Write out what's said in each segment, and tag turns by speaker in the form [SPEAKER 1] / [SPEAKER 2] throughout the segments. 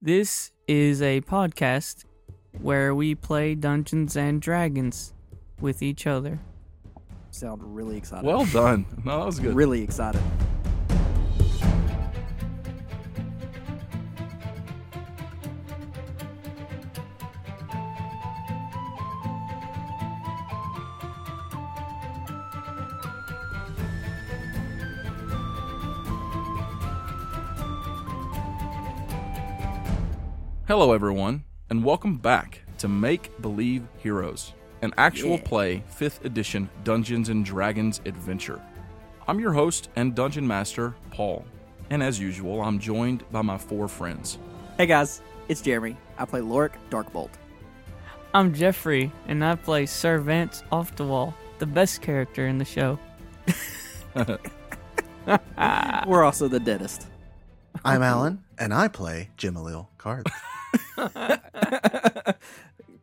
[SPEAKER 1] This is a podcast where we play Dungeons and Dragons with each other.
[SPEAKER 2] Sound really excited.
[SPEAKER 3] Well done. No, that was good.
[SPEAKER 2] really excited.
[SPEAKER 3] Hello, everyone, and welcome back to Make Believe Heroes, an actual
[SPEAKER 2] Yeah.
[SPEAKER 3] play 5th edition Dungeons and Dragons adventure. I'm your host and dungeon master, Paul, and as usual, I'm joined by my four friends.
[SPEAKER 2] Hey guys, it's Jeremy. I play Lorik Darkbolt.
[SPEAKER 1] I'm Jeffrey, and I play Sir Vance Off the Wall, the best character in the show. Ah.
[SPEAKER 2] We're also the deadest.
[SPEAKER 4] I'm Alan, and I play Jimalil Card.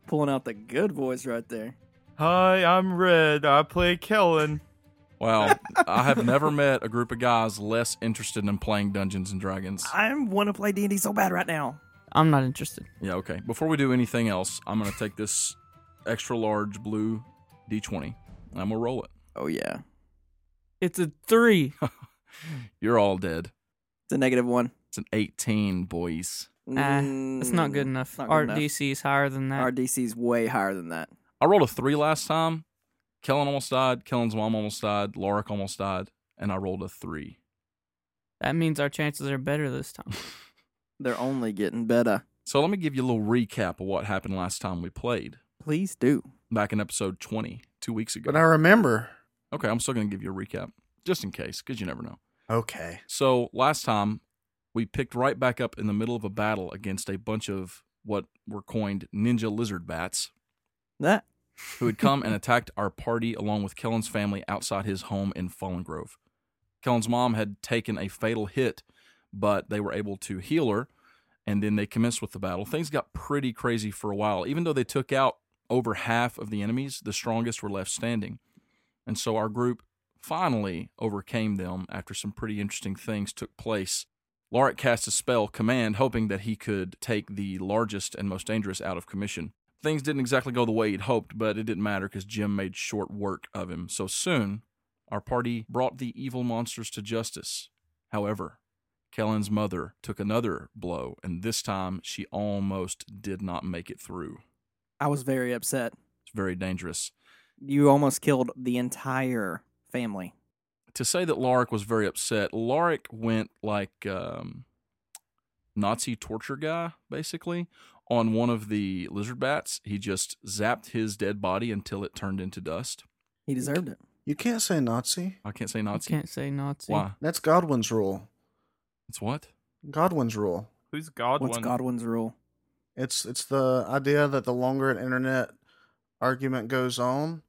[SPEAKER 2] Pulling out the good voice right there.
[SPEAKER 5] Hi, I'm Red. I play Kellen.
[SPEAKER 3] Wow, I have never met a group of guys less interested in playing Dungeons and Dragons.
[SPEAKER 2] I want to play D&D so bad right now.
[SPEAKER 1] I'm not interested.
[SPEAKER 3] Yeah, okay. Before we do anything else, I'm going to take this extra large blue D20 and I'm going to roll it.
[SPEAKER 2] Oh yeah.
[SPEAKER 1] It's a three.
[SPEAKER 3] You're all dead.
[SPEAKER 2] It's a negative one.
[SPEAKER 3] It's an 18, boys.
[SPEAKER 1] Nah, Ah, it's not good enough.
[SPEAKER 2] Hmm, not good
[SPEAKER 1] Our
[SPEAKER 2] enough.
[SPEAKER 1] DC is higher than that.
[SPEAKER 2] Mm. Our DC's way higher than that.
[SPEAKER 3] I rolled a three last time. Kellen almost died. Kellen's mom almost died. Lorik almost died. And I rolled a three.
[SPEAKER 1] that means our chances are better this time.
[SPEAKER 2] They're only getting better.
[SPEAKER 3] So let me give you a little recap of what happened last time we played
[SPEAKER 2] Please do.
[SPEAKER 3] back in episode 20, two weeks ago.
[SPEAKER 4] But I remember.
[SPEAKER 3] okay, I'm still going to give you a recap just in case, because you never know.
[SPEAKER 4] Okay.
[SPEAKER 3] So last time we picked right back up in the middle of a battle against a bunch of what were coined ninja lizard bats
[SPEAKER 2] That
[SPEAKER 3] who had come and attacked our party along with Kellen's family outside his home in Fallen Grove. Kellen's mom had taken a fatal hit, but they were able to heal her, and then they commenced with the battle. Things got pretty crazy for a while. Even though they took out over half of the enemies, the strongest were left standing. And so our group finally overcame them after some pretty interesting things took place. Lark cast a spell, Command, hoping that he could take the largest and most dangerous out of commission things didn't exactly go the way he'd hoped, but it didn't matter because Jim made short work of him. So soon, our party brought the evil monsters to justice. However, Kellen's mother took another blow, and this time she almost did not make it through.
[SPEAKER 2] I was very upset.
[SPEAKER 3] It's very dangerous.
[SPEAKER 2] You almost killed the entire family.
[SPEAKER 3] To say that Lark was very upset, Lark went like um, Nazi torture guy, basically, on one of the lizard bats. He just zapped his dead body until it turned into dust.
[SPEAKER 2] He deserved it.
[SPEAKER 4] You can't say Nazi.
[SPEAKER 3] I can't say
[SPEAKER 1] I
[SPEAKER 3] Nazi.
[SPEAKER 1] can't say Nazi.
[SPEAKER 3] Why?
[SPEAKER 4] That's Godwin's rule.
[SPEAKER 3] It's what?
[SPEAKER 4] Godwin's rule.
[SPEAKER 5] Who's Godwin?
[SPEAKER 2] What's Godwin's rule?
[SPEAKER 4] It's it's the idea that the longer an internet argument goes on,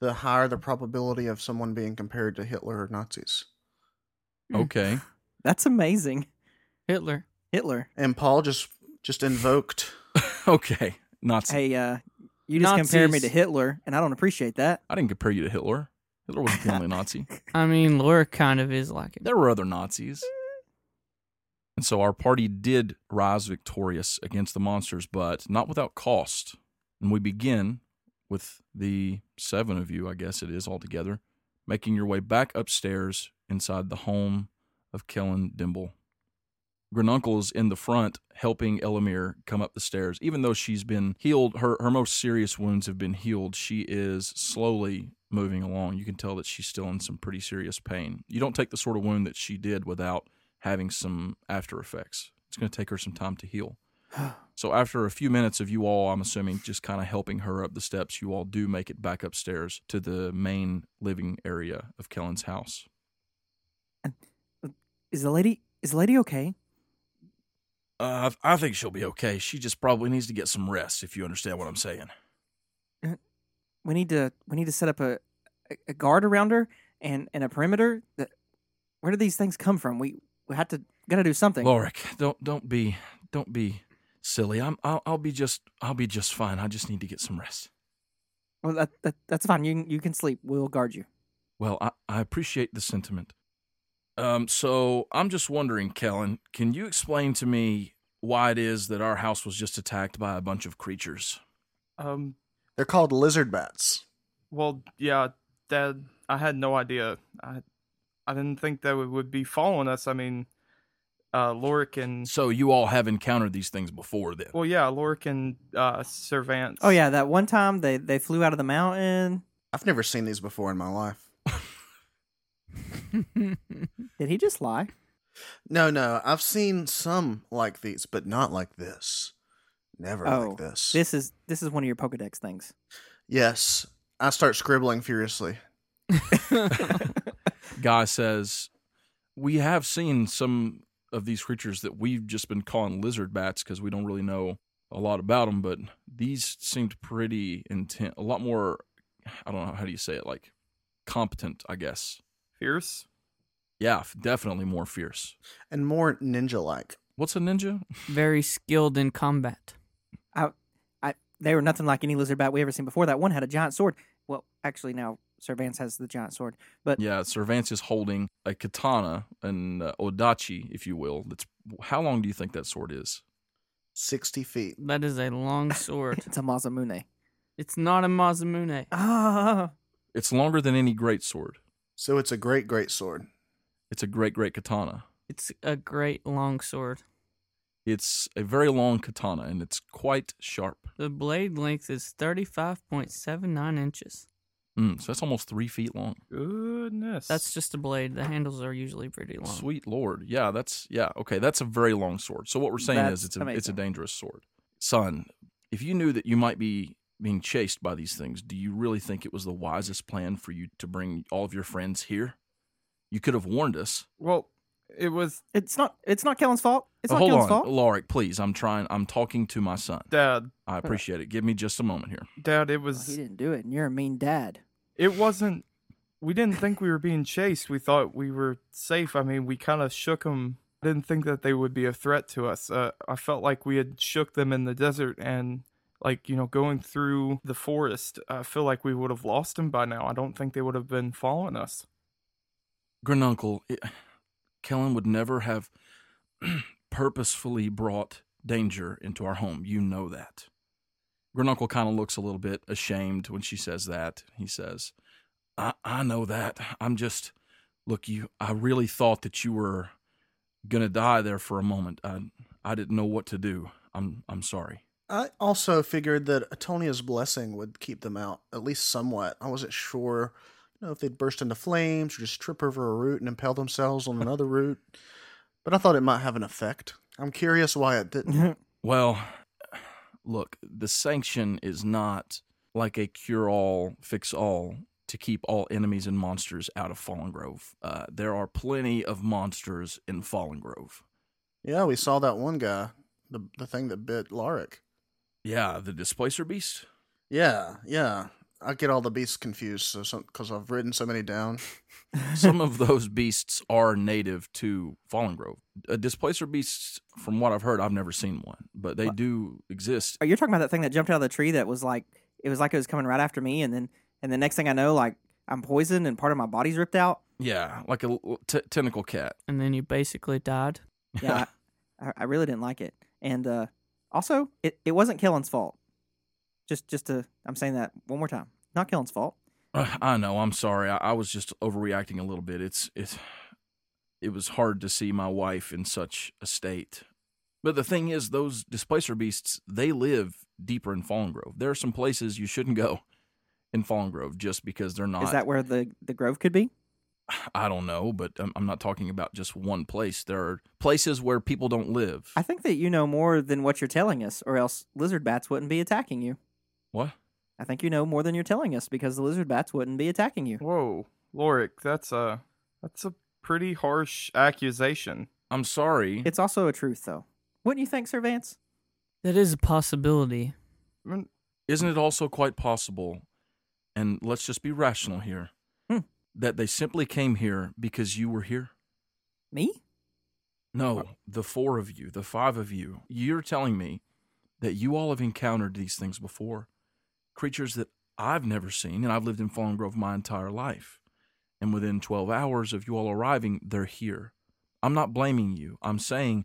[SPEAKER 4] the higher the probability of someone being compared to Hitler or Nazis.
[SPEAKER 1] Hmm.
[SPEAKER 3] Okay.
[SPEAKER 2] That's amazing.
[SPEAKER 1] Hitler.
[SPEAKER 2] Hitler.
[SPEAKER 4] And Paul just just invoked.
[SPEAKER 3] okay. Nazi.
[SPEAKER 2] Hey, uh, you just compared me to
[SPEAKER 1] Nazis.
[SPEAKER 2] Hitler, and I don't appreciate that.
[SPEAKER 3] I didn't compare you to Hitler. Hitler wasn't the only Nazi.
[SPEAKER 1] I mean, Laura kind of is like it.
[SPEAKER 3] There were other Nazis. And so our party did rise victorious against the monsters, but not without cost. And we begin with the seven of you, I guess it is altogether, making your way back upstairs inside the home of Kellen Dimble. Granuncle is in the front helping Elamir come up the stairs. Even though she's been healed, her, her most serious wounds have been healed. She is slowly moving along. You can tell that she's still in some pretty serious pain. You don't take the sort of wound that she did without having some after effects. It's going to take her some time to heal. So after a few minutes of you all, I'm assuming just kind of helping her up the steps, you all do make it back upstairs to the main living area of Kellen's house.
[SPEAKER 2] Is the lady is the lady okay?
[SPEAKER 3] Uh, I I think she'll be okay. She just probably needs to get some rest, if you understand what I'm saying.
[SPEAKER 2] We need to we need to set up a a- a guard around her and and a perimeter. That where do these things come from? We we had to got to do something.
[SPEAKER 3] Lorik, don't don't be don't be silly. I'm I'll, I'll be just I'll be just fine. I just need to get some rest.
[SPEAKER 2] Well, that, that that's fine. You can- you can sleep. We'll guard you.
[SPEAKER 3] Well, I, I appreciate the sentiment. Um, so I'm just wondering, Kellen, can you explain to me why it is that our house was just attacked by a bunch of creatures.
[SPEAKER 5] Um,
[SPEAKER 4] They're called lizard bats.
[SPEAKER 5] well, yeah, that I had no idea. I, I didn't think that it would be following us. I mean, uh, Lorik and
[SPEAKER 3] So you all have encountered these things before then.
[SPEAKER 5] well, yeah, Lorik and uh, Servants.
[SPEAKER 2] Oh yeah, that one time they they flew out of the mountain.
[SPEAKER 4] I've never seen these before in my life.
[SPEAKER 2] Did he just lie?
[SPEAKER 4] No, no, I've seen some like these, but not like this. Never
[SPEAKER 2] Oh,
[SPEAKER 4] like this.
[SPEAKER 2] This is this is one of your Pokedex things.
[SPEAKER 4] Yes, I start scribbling furiously.
[SPEAKER 3] Guy says, We have seen some of these creatures that we've just been calling lizard bats because we don't really know a lot about them, but these seemed pretty intense, a lot more, I don't know, how do you say it? Like competent, I guess.
[SPEAKER 5] fierce.
[SPEAKER 3] Yeah, f- definitely more fierce.
[SPEAKER 4] and more ninja like.
[SPEAKER 3] What's a ninja?
[SPEAKER 1] Very skilled in combat.
[SPEAKER 2] They were nothing like any lizard bat we ever seen before. That one had a giant sword. Well, actually, now Servance has the giant sword, but
[SPEAKER 3] Yeah, Cervantes is holding a katana, an uh, odachi, if you will. That's How long do you think that sword is?
[SPEAKER 4] 60 feet.
[SPEAKER 1] That is a long sword.
[SPEAKER 2] it's a Mazamune.
[SPEAKER 1] it's not a Mazamune.
[SPEAKER 2] Ah,
[SPEAKER 3] It's longer than any great sword.
[SPEAKER 4] So it's a great, great sword.
[SPEAKER 3] It's a great, great katana.
[SPEAKER 1] It's a great long sword.
[SPEAKER 3] It's a very long katana and it's quite sharp.
[SPEAKER 1] The blade length is 35.79 inches.
[SPEAKER 3] Mm, so that's almost three feet long.
[SPEAKER 5] Goodness.
[SPEAKER 1] That's just a blade. The handles are usually pretty long.
[SPEAKER 3] Sweet lord. Yeah, that's yeah, okay, that's a very long sword. So what we're saying
[SPEAKER 2] That's
[SPEAKER 3] is it's a it's a
[SPEAKER 2] amazing.
[SPEAKER 3] dangerous sword. Son, if you knew that you might be being chased by these things, do you really think it was the wisest plan for you to bring all of your friends here? You could have warned us.
[SPEAKER 5] well, it was
[SPEAKER 2] it's not it's not Kellen's fault. It's
[SPEAKER 3] Oh,
[SPEAKER 2] not
[SPEAKER 3] hold
[SPEAKER 2] Kellen's
[SPEAKER 3] on,
[SPEAKER 2] fault.
[SPEAKER 3] Lorik, please. I'm trying I'm talking to my son.
[SPEAKER 5] Dad.
[SPEAKER 3] I appreciate it. Give me just a moment here.
[SPEAKER 5] Dad, it
[SPEAKER 2] Well, Oh, he
[SPEAKER 5] was.
[SPEAKER 2] didn't do it, and you're a mean dad.
[SPEAKER 5] It wasn't. We didn't think we were being chased. We thought we were safe. I mean, we kind of shook them. Didn't think that they would be a threat to us. Uh, I felt like we had shook them in the desert and, like, you know, going through the forest. I feel like we would have lost them by now. I don't think they would have been following us.
[SPEAKER 3] Granuncle, it, Kellen would never have purposefully brought danger into our home. You know that. Granuncle kind of looks a little bit ashamed when she says that. He says, I, I know that. I'm just, look, you, I really thought that you were going to die there for a moment. I, I didn't know what to do. I'm, I'm sorry.
[SPEAKER 4] I also figured that Atonia's blessing would keep them out, at least somewhat. I wasn't sure you know, if they'd burst into flames or just trip over a root and impale themselves on another root, but I thought it might have an effect. I'm curious why it didn't.
[SPEAKER 3] Well, look, the sanction is not like a cure all, fix all to keep all enemies and monsters out of Fallen Grove. Uh, there are plenty of monsters in Fallen Grove.
[SPEAKER 4] Yeah, we saw that one guy, the, the thing that bit Lorik.
[SPEAKER 3] Yeah, the Displacer Beast.
[SPEAKER 4] Yeah, yeah. I get all the beasts confused so because I've written so many down.
[SPEAKER 3] Some of those beasts are native to Fallen Grove. A Displacer Beast, from what I've heard, I've never seen one, but they do exist.
[SPEAKER 2] Oh, you're talking about that thing that jumped out of the tree that was like it was like it was coming right after me, and then and the next thing I know, like I'm poisoned and part of my body's ripped out.
[SPEAKER 3] Yeah, like a l- t- tentacle cat.
[SPEAKER 1] And then you basically died.
[SPEAKER 2] Yeah, I, I- I really didn't like it, and uh, also it, it wasn't Kellen's fault. Just just to I'm saying that one more time, not Kellen's fault.
[SPEAKER 3] Uh, I know. I'm sorry. I, I was just overreacting a little bit. It's it's it was hard to see my wife in such a state. But the thing is, those displacer beasts they live deeper in Fallen Grove. There are some places you shouldn't go in Fallen Grove just because they're not.
[SPEAKER 2] Is that where the the grove could be?
[SPEAKER 3] I don't know, but I'm, I'm not talking about just one place. There are places where people don't live.
[SPEAKER 2] I think that you know more than what you're telling us, or else lizard bats wouldn't be attacking you.
[SPEAKER 3] what?
[SPEAKER 2] I think you know more than you're telling us because the lizard bats wouldn't be attacking you.
[SPEAKER 5] Whoa, Lorik, that's a that's a pretty harsh accusation.
[SPEAKER 3] I'm sorry.
[SPEAKER 2] It's also a truth, though. Wouldn't you think, Sir Vance?
[SPEAKER 1] That is a possibility.
[SPEAKER 5] I mean,
[SPEAKER 3] Isn't it also quite possible, and let's just be rational here,
[SPEAKER 2] Hmm.
[SPEAKER 3] that they simply came here because you were here?
[SPEAKER 2] Me?
[SPEAKER 1] Uh,
[SPEAKER 3] No, the four of you, the five of you, you're telling me that you all have encountered these things before. Creatures that I've never seen, and I've lived in Fallen Grove my entire life. And within 12 hours of you all arriving, they're here. I'm not blaming you. I'm saying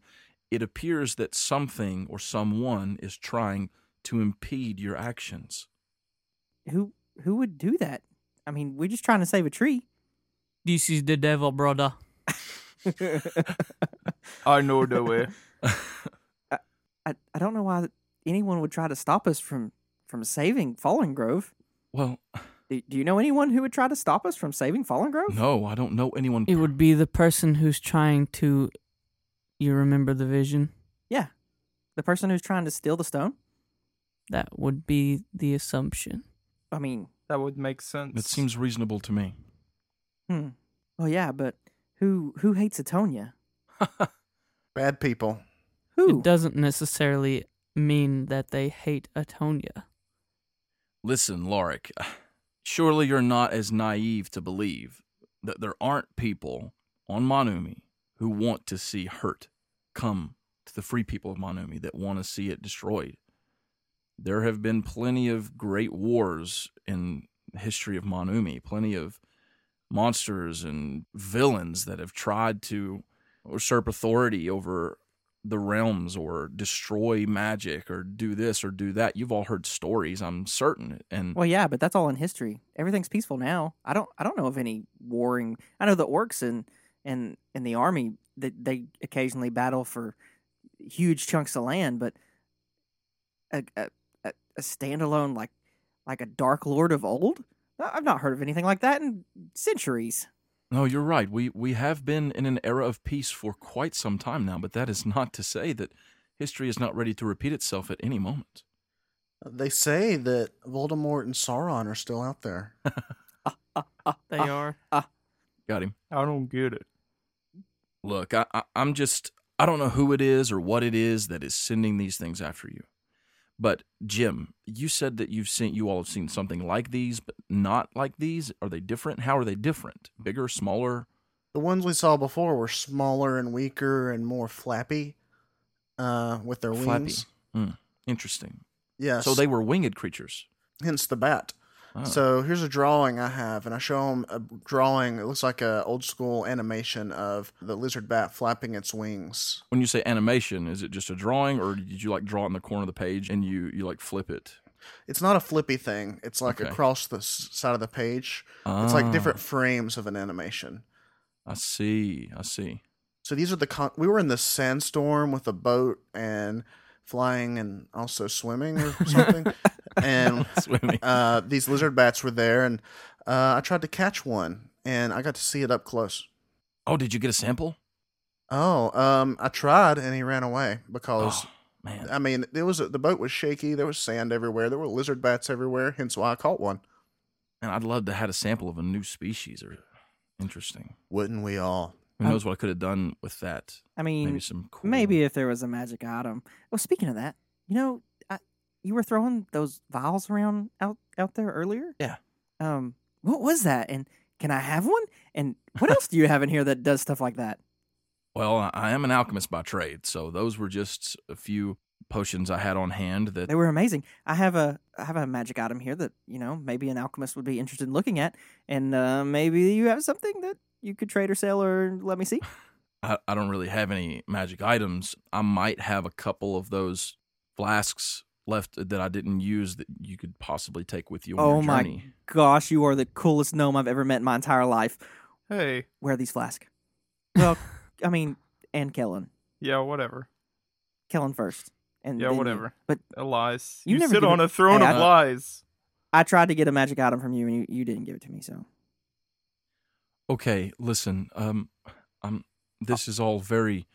[SPEAKER 3] it appears that something or someone is trying to impede your actions.
[SPEAKER 2] Who who would do that? I mean, we're just trying to save a tree.
[SPEAKER 1] This is the devil, brother.
[SPEAKER 5] I know the way.
[SPEAKER 2] I, I don't know why anyone would try to stop us from from saving Fallen Grove.
[SPEAKER 3] Well,
[SPEAKER 2] Do, do you know anyone who would try to stop us from saving Fallen Grove?
[SPEAKER 3] no, I don't know anyone.
[SPEAKER 1] It would be the person who's trying to. You remember the vision?
[SPEAKER 2] The person who's trying to steal the stone?
[SPEAKER 1] That would be the assumption.
[SPEAKER 2] I mean,
[SPEAKER 5] That would make sense.
[SPEAKER 3] That seems reasonable to me.
[SPEAKER 2] hmm. Oh yeah, but who who hates Atonia?
[SPEAKER 4] Bad people.
[SPEAKER 2] Who?
[SPEAKER 1] It doesn't necessarily mean that they hate Atonia.
[SPEAKER 3] Listen, Lorik, surely you're not as naive to believe that there aren't people on Monumi who want to see hurt come to the free people of Monumi that want to see it destroyed. There have been plenty of great wars in the history of Monumi, plenty of monsters and villains that have tried to usurp authority over the realms or destroy magic or do this or do that. You've all heard stories, I'm certain. And
[SPEAKER 2] Well, yeah, but that's all in history. Everything's peaceful now. I don't I don't know of any warring. I know the orcs and and and the army that they, occasionally battle for huge chunks of land, but a, a a a standalone like like a dark lord of old. I- I've not heard of anything like that in centuries.
[SPEAKER 3] No, you're right. We we have been in an era of peace for quite some time now, but that is not to say that history is not ready to repeat itself at any moment.
[SPEAKER 4] They say that Voldemort and Sauron are still out there.
[SPEAKER 1] They
[SPEAKER 2] Ah.
[SPEAKER 1] are.
[SPEAKER 3] Got him.
[SPEAKER 5] I don't get it.
[SPEAKER 3] Look, I, I I'm just I don't know who it is or what it is that is sending these things after you. But Jim, you said that you've seen you all have seen something like these, but not like these. Are they different? How are they different? Bigger, smaller?
[SPEAKER 4] The ones we saw before were smaller and weaker and more flappy uh, with their
[SPEAKER 3] Flappy.
[SPEAKER 4] wings.
[SPEAKER 3] Mm, interesting.
[SPEAKER 4] Yes.
[SPEAKER 3] So they were winged creatures.
[SPEAKER 4] hence the bat.
[SPEAKER 3] Ah.
[SPEAKER 4] So here's a drawing I have, and I show him a drawing. It looks like a old school animation of the lizard bat flapping its wings.
[SPEAKER 3] when you say animation, is it just a drawing, or did you like draw it in the corner of the page and you you like flip it?
[SPEAKER 4] It's not a flippy thing. It's like
[SPEAKER 3] Okay.
[SPEAKER 4] across the s- side of the page. It's like
[SPEAKER 3] Ah,
[SPEAKER 4] different frames of an animation.
[SPEAKER 3] I see. I see.
[SPEAKER 4] So these are the con- we were in the sandstorm with a boat and flying and also swimming or something. and
[SPEAKER 3] Swimming.
[SPEAKER 4] uh, these lizard bats were there, and uh, I tried to catch one, and I got to see it up close.
[SPEAKER 3] Oh, did you get a sample?
[SPEAKER 4] Oh, um, I tried, and he ran away because
[SPEAKER 3] Oh man.
[SPEAKER 4] I mean, there was the boat was shaky. There was sand everywhere. There were lizard bats everywhere. Hence why I caught one.
[SPEAKER 3] And I'd love to have had a sample of a new species. Or interesting.
[SPEAKER 4] Wouldn't we all?
[SPEAKER 3] Who
[SPEAKER 2] Um,
[SPEAKER 3] knows what I could have done with that?
[SPEAKER 2] I mean,
[SPEAKER 3] Maybe
[SPEAKER 2] maybe,
[SPEAKER 3] some cool.
[SPEAKER 2] if there was a magic item. Well, speaking of that, you know, I, you were throwing those vials around out out there earlier.
[SPEAKER 3] Yeah.
[SPEAKER 2] Um, what was that? And can I have one? And what else do you have in here that does stuff like that?
[SPEAKER 3] Well, I- I am an alchemist by trade, so those were just a few potions I had on hand that
[SPEAKER 2] They were amazing. I have a I have a magic item here that you know maybe an alchemist would be interested in looking at, and uh, maybe you have something that you could trade or sell or let me see.
[SPEAKER 3] I, I don't really have any magic items. I might have a couple of those flasks left that I didn't use that you could possibly take with you on
[SPEAKER 2] Oh
[SPEAKER 3] your
[SPEAKER 2] my-
[SPEAKER 3] journey.
[SPEAKER 2] Gosh, you are the coolest gnome I've ever met in my entire life.
[SPEAKER 5] Hey,
[SPEAKER 2] Where are these flask? Well, I mean, and Kellen,
[SPEAKER 5] yeah, whatever.
[SPEAKER 2] Kellen first, and
[SPEAKER 5] Yeah,
[SPEAKER 2] then you.
[SPEAKER 5] whatever.
[SPEAKER 2] But
[SPEAKER 5] Uh, Lies.
[SPEAKER 2] You
[SPEAKER 5] You,
[SPEAKER 2] never
[SPEAKER 5] sit
[SPEAKER 2] give
[SPEAKER 5] on
[SPEAKER 2] it-
[SPEAKER 5] a throne
[SPEAKER 2] Hey,
[SPEAKER 5] of
[SPEAKER 3] I-
[SPEAKER 5] lies.
[SPEAKER 2] I tried to get a magic item from you, and you, you didn't give it to me. So
[SPEAKER 3] Okay, listen. Um, I'm. This is all very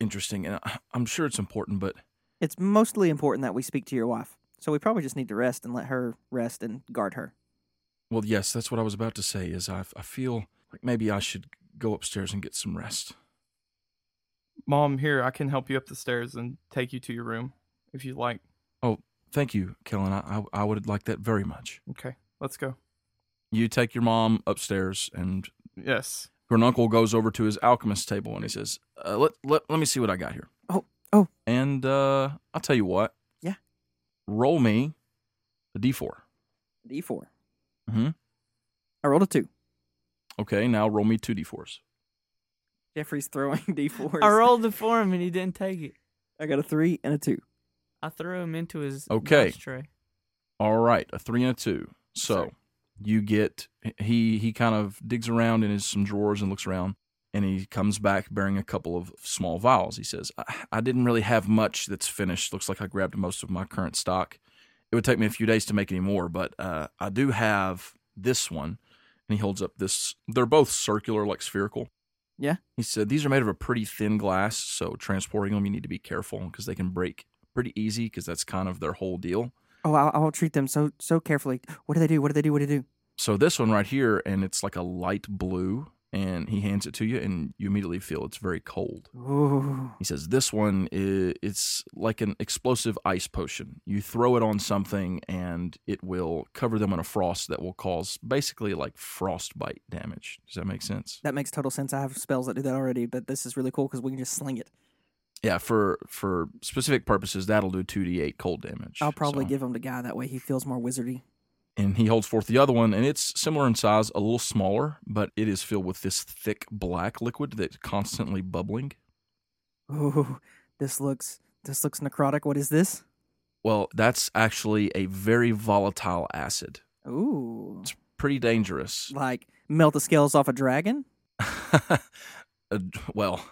[SPEAKER 3] interesting, and I, I'm sure it's important. But
[SPEAKER 2] it's mostly important that we speak to your wife. So we probably just need to rest and let her rest and guard her.
[SPEAKER 3] well, yes, that's what I was about to say. Is I, I feel like maybe I should go upstairs and get some rest.
[SPEAKER 5] Mom, here, I can help you up the stairs and take you to your room if you like.
[SPEAKER 3] Thank you, Kellen. I, I I would like that very much.
[SPEAKER 5] Okay, let's go.
[SPEAKER 3] You take your mom upstairs, and
[SPEAKER 5] Yes.
[SPEAKER 3] Granuncle goes over to his alchemist table and he says, uh, let, let, let me see what I got here.
[SPEAKER 2] Oh, oh.
[SPEAKER 3] And uh, I'll tell you what.
[SPEAKER 2] Yeah.
[SPEAKER 3] Roll me a d4.
[SPEAKER 2] D four.
[SPEAKER 3] Mhm.
[SPEAKER 2] I rolled a two.
[SPEAKER 3] Okay, now roll me two d4s.
[SPEAKER 2] Jeffrey's throwing d4s.
[SPEAKER 1] I rolled it for him and he didn't take it.
[SPEAKER 2] I got a three and a two.
[SPEAKER 1] I threw him into his
[SPEAKER 3] Okay.
[SPEAKER 1] lunch tray.
[SPEAKER 3] All right, a three and a two. So
[SPEAKER 2] Sorry.
[SPEAKER 3] you get he he kind of digs around in his some drawers and looks around, and he comes back bearing a couple of small vials. He says, I, "I didn't really have much that's finished. Looks like I grabbed most of my current stock. It would take me a few days to make any more, but uh, I do have this one." And he holds up this. They're both circular, like spherical.
[SPEAKER 2] Yeah.
[SPEAKER 3] He said these are made of a pretty thin glass, so transporting them you need to be careful because they can break pretty easy because that's kind of their whole deal.
[SPEAKER 2] Oh, I'll, I'll treat them so so carefully. What do they do? What do they do? What do they do?
[SPEAKER 3] So this one right here, and it's like a light blue, and he hands it to you, and you immediately feel it's very cold.
[SPEAKER 2] Ooh.
[SPEAKER 3] He says, "This one, i it's like an explosive ice potion. You throw it on something, and it will cover them in a frost that will cause basically like frostbite damage. Does that make sense?
[SPEAKER 2] That makes total sense. I have spells that do that already, but this is really cool because we can just sling it.
[SPEAKER 3] Yeah, for for specific purposes, that'll do two d eight cold damage.
[SPEAKER 2] I'll probably
[SPEAKER 3] So-
[SPEAKER 2] give him to Guy. That way he feels more wizardy.
[SPEAKER 3] and he holds forth the other one and it's similar in size a little smaller but it is filled with this thick black liquid that's constantly bubbling
[SPEAKER 2] Ooh, this looks this looks necrotic. What is this?
[SPEAKER 3] well that's actually a very volatile acid
[SPEAKER 2] Ooh,
[SPEAKER 3] pretty dangerous
[SPEAKER 2] like melt the scales off a dragon.
[SPEAKER 3] Uh, well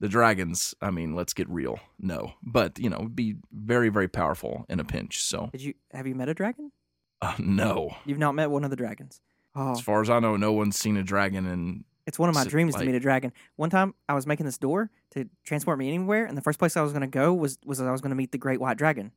[SPEAKER 3] the dragons i mean let's get real no but you know be very very powerful in a pinch so
[SPEAKER 2] Did you have you met a dragon?
[SPEAKER 3] uh, no
[SPEAKER 2] You've not met one of the dragons. Oh,
[SPEAKER 3] as far as i know no one's seen a dragon and
[SPEAKER 2] It's one of my
[SPEAKER 3] So,
[SPEAKER 2] dreams
[SPEAKER 3] like-
[SPEAKER 2] to meet a dragon. One time, I was making this door to transport me anywhere, and the first place I was going to go was was I was going to meet the great white dragon,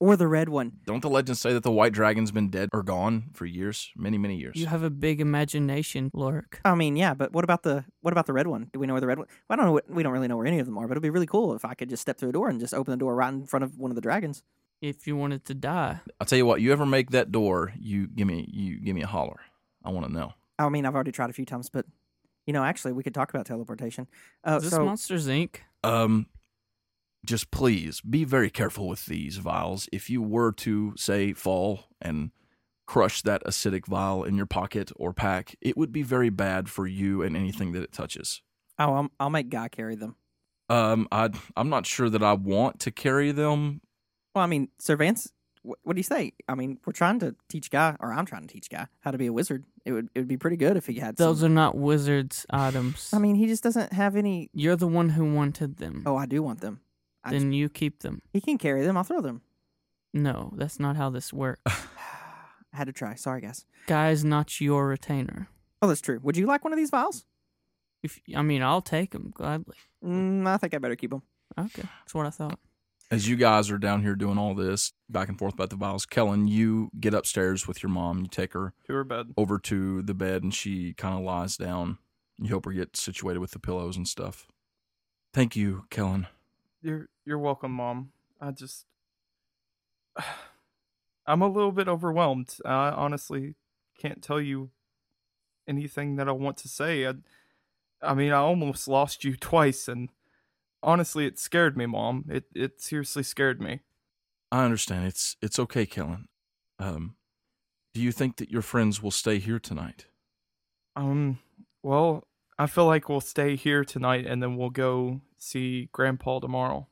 [SPEAKER 2] or the red one.
[SPEAKER 3] don't the legends say that the white dragon's been dead or gone for years many many years
[SPEAKER 1] You have a big imagination, Lorik.
[SPEAKER 2] I mean, yeah, but what about the what about the red one? Do we know where the red one? Well, I don't know. what- We don't really know where any of them are, but it'd be really cool if I could just step through a door and just open the door right in front of one of the dragons.
[SPEAKER 1] If you wanted to die,
[SPEAKER 3] I'll tell you what. You ever make that door? You give me. You give me a holler. I want to know.
[SPEAKER 2] I mean, I've already tried a few times, but you know, actually, we could talk about teleportation. Uh,
[SPEAKER 1] is this
[SPEAKER 2] so
[SPEAKER 1] Monsters Inc.
[SPEAKER 3] Um, just please be very careful with these vials. If you were to say fall and crush that acidic vial in your pocket or pack, it would be very bad for you and anything that it touches.
[SPEAKER 2] oh, I'm, I'll make Guy carry them.
[SPEAKER 3] Um, I I'm not sure that I want to carry them.
[SPEAKER 2] Well, I mean, Servance, what, what do you say? I mean, we're trying to teach Guy, or I'm trying to teach Guy how to be a wizard. It would it would be pretty good if he had some-
[SPEAKER 1] Those are not wizards' items.
[SPEAKER 2] I mean, he just doesn't have any.
[SPEAKER 1] You're the one who wanted them.
[SPEAKER 2] Oh, I do want them. I
[SPEAKER 1] then you keep them.
[SPEAKER 2] He can carry them. I'll throw them.
[SPEAKER 1] No, that's not how this works.
[SPEAKER 2] I had to try. Sorry, guys.
[SPEAKER 1] Guy's not your retainer.
[SPEAKER 2] Oh, that's true. Would you like one of these vials?
[SPEAKER 1] If I mean, I'll take them gladly.
[SPEAKER 2] Mm, I think I better keep them.
[SPEAKER 1] Okay, that's what I thought.
[SPEAKER 3] As you guys are down here doing all this back and forth about the vials, Kellen, you get upstairs with your mom. You take her
[SPEAKER 5] to her bed.
[SPEAKER 3] over to the bed and she kind of lies down. You help her get situated with the pillows and stuff. Thank you, Kellen.
[SPEAKER 5] You're you're welcome, mom. I just I'm a little bit overwhelmed. I honestly can't tell you anything that I want to say. I, I mean, I almost lost you twice and honestly it scared me, mom. It it seriously scared me.
[SPEAKER 3] I understand. It's it's okay, Kellen. Um, do you think that your friends will stay here tonight?
[SPEAKER 5] Um, well, I feel like we'll stay here tonight and then we'll go see grandpa tomorrow.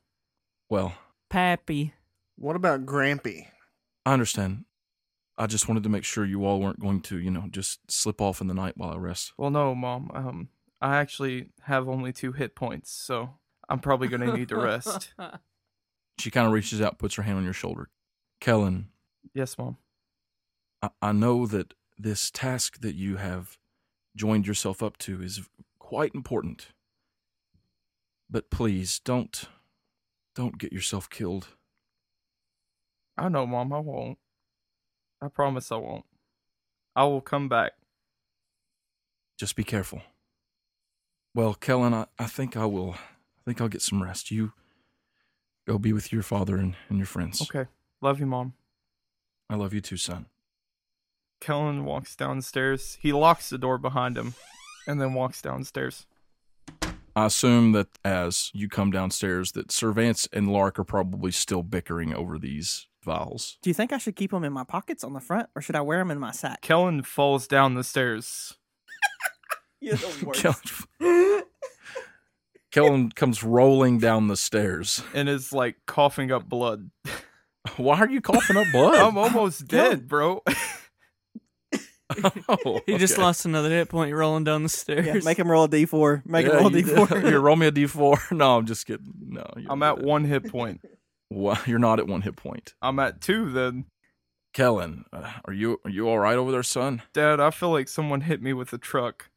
[SPEAKER 3] Well,
[SPEAKER 1] Pappy,
[SPEAKER 4] What about Grampy?
[SPEAKER 3] I understand. I just wanted to make sure you all weren't going to, you know, just slip off in the night while I rest.
[SPEAKER 5] Well, no, mom. Um, I actually have only two hit points, so I'm probably going to need to rest.
[SPEAKER 3] She kind of reaches out, puts her hand on your shoulder. Kellen,
[SPEAKER 5] yes, mom.
[SPEAKER 3] I, I know that this task that you have joined yourself up to is quite important. But please don't don't get yourself killed.
[SPEAKER 5] I know, mom. I won't. I promise I won't. I will come back.
[SPEAKER 3] Just be careful. Well, Kellen, I, I think I will I think I'll get some rest. You go be with your father and, and your friends.
[SPEAKER 5] Okay. Love you, mom.
[SPEAKER 3] I love you too, son.
[SPEAKER 5] Kellen walks downstairs. He locks the door behind him and then walks downstairs.
[SPEAKER 3] I assume that as you come downstairs that Servance and Lark are probably still bickering over these vials.
[SPEAKER 2] Do you think I should keep them in my pockets on the front, or should I wear them in my sack?
[SPEAKER 5] Kellen falls down the stairs.
[SPEAKER 2] You're the
[SPEAKER 3] Kellen, Kellen comes rolling down the stairs.
[SPEAKER 5] and is like coughing up blood.
[SPEAKER 3] Why are you coughing up blood?
[SPEAKER 5] I'm almost dead, bro.
[SPEAKER 3] Oh,
[SPEAKER 1] He just
[SPEAKER 3] okay.
[SPEAKER 1] lost another hit point rolling down the stairs.
[SPEAKER 2] Yeah, make him roll a d4. Make
[SPEAKER 3] Yeah,
[SPEAKER 2] him roll a
[SPEAKER 3] you- Here,
[SPEAKER 2] d4.
[SPEAKER 3] roll me a d4. No, I'm just kidding. No, you
[SPEAKER 5] I'm
[SPEAKER 3] don't
[SPEAKER 5] at
[SPEAKER 3] do that.
[SPEAKER 5] one hit point.
[SPEAKER 3] Wha- You're not at one hit point.
[SPEAKER 5] I'm at two then.
[SPEAKER 3] Kellen, uh, are you are you all right over there, son?
[SPEAKER 5] Dad, I feel like someone hit me with a truck.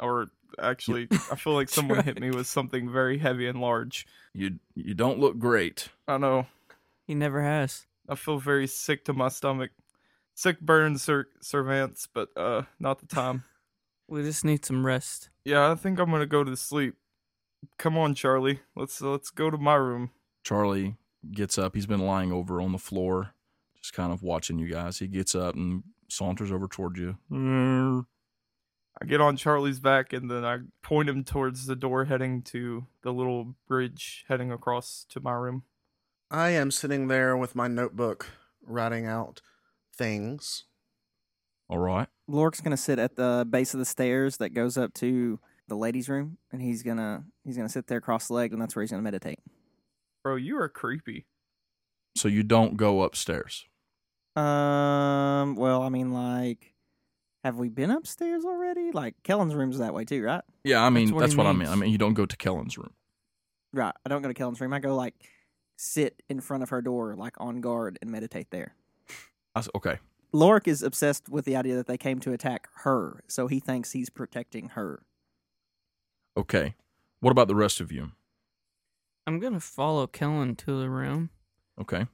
[SPEAKER 5] Or actually, I feel like someone hit me with something very heavy and large.
[SPEAKER 3] You you don't look great.
[SPEAKER 5] I know.
[SPEAKER 1] He never has.
[SPEAKER 5] I feel very sick to my stomach. Sick burn, Sir Servants, but uh, not the time.
[SPEAKER 1] We just need some rest.
[SPEAKER 5] Yeah, I think I'm gonna go to sleep. Come on, Charlie. Let's let's go to my room.
[SPEAKER 3] Charlie gets up. He's been lying over on the floor, just kind of watching you guys. He gets up and saunters over toward you.
[SPEAKER 5] I get on Charlie's back and then I point him towards the door heading to the little bridge heading across to my room.
[SPEAKER 4] I am sitting there with my notebook writing out things.
[SPEAKER 3] All right.
[SPEAKER 2] Lork's gonna sit at the base of the stairs that goes up to the ladies' room, and he's gonna he's gonna sit there cross-legged, and that's where he's gonna meditate.
[SPEAKER 5] Bro, you are creepy.
[SPEAKER 3] So you don't go upstairs.
[SPEAKER 2] Um. Well, I mean, like, have we been upstairs already? Like, Kellen's room's that way too, right?
[SPEAKER 3] Yeah, I mean
[SPEAKER 1] That's
[SPEAKER 3] that's
[SPEAKER 1] what he
[SPEAKER 3] what, I mean.
[SPEAKER 1] means.
[SPEAKER 3] I mean you don't go to Kellen's room.
[SPEAKER 2] Right. I don't go to Kellen's room. I go like sit in front of her door, like on guard, and meditate there.
[SPEAKER 3] I s- okay.
[SPEAKER 2] Lorik is obsessed with the idea that they came to attack her, so he thinks he's protecting her.
[SPEAKER 3] Okay. What about the rest of you?
[SPEAKER 1] I'm gonna follow Kellen to the room
[SPEAKER 3] Okay.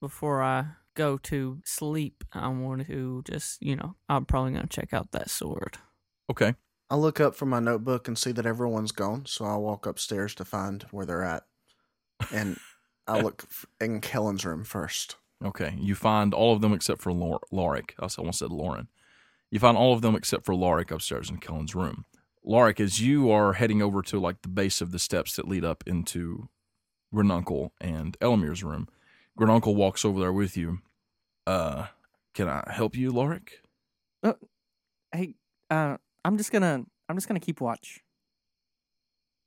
[SPEAKER 1] before I go to sleep. I want to just, you know, I'm probably gonna check out that sword.
[SPEAKER 3] Okay.
[SPEAKER 4] I look up from my notebook and see that everyone's gone, so I walk upstairs to find where they're at. And I look f- in Kellen's room first.
[SPEAKER 3] Okay. You find all of them except for Lor- Lorik. I s- almost said Lauren. You find all of them except for Lorik upstairs in Kellen's room. Lorik, as you are heading over to like the base of the steps that lead up into Granuncle and Elamir's room, Granuncle walks over there with you. Uh, can I help you, Lorik?
[SPEAKER 2] Hey, uh, I'm just gonna I'm just gonna keep watch.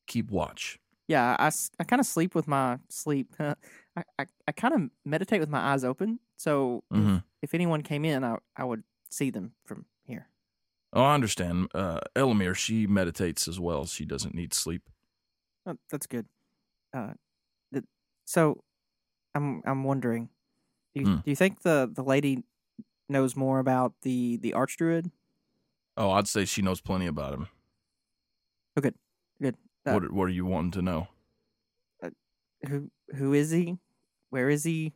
[SPEAKER 3] Keep watch.
[SPEAKER 2] Yeah, I, s- I kind of sleep with my sleep. I I, I kind of meditate with my eyes open, so
[SPEAKER 3] Mm-hmm.
[SPEAKER 2] if anyone came in, I I would see them from here.
[SPEAKER 3] Oh, I understand. Uh, Elamir, she meditates as well. She doesn't need sleep.
[SPEAKER 2] Oh, that's good. Uh, th- so, I'm I'm wondering, do you,
[SPEAKER 3] Hmm.
[SPEAKER 2] do you think the, the lady knows more about the the archdruid?
[SPEAKER 3] Oh, I'd say she knows plenty about him.
[SPEAKER 2] Okay, Oh, good. Uh,
[SPEAKER 3] what, what are you wanting to know?
[SPEAKER 2] Who who is he? Where is he?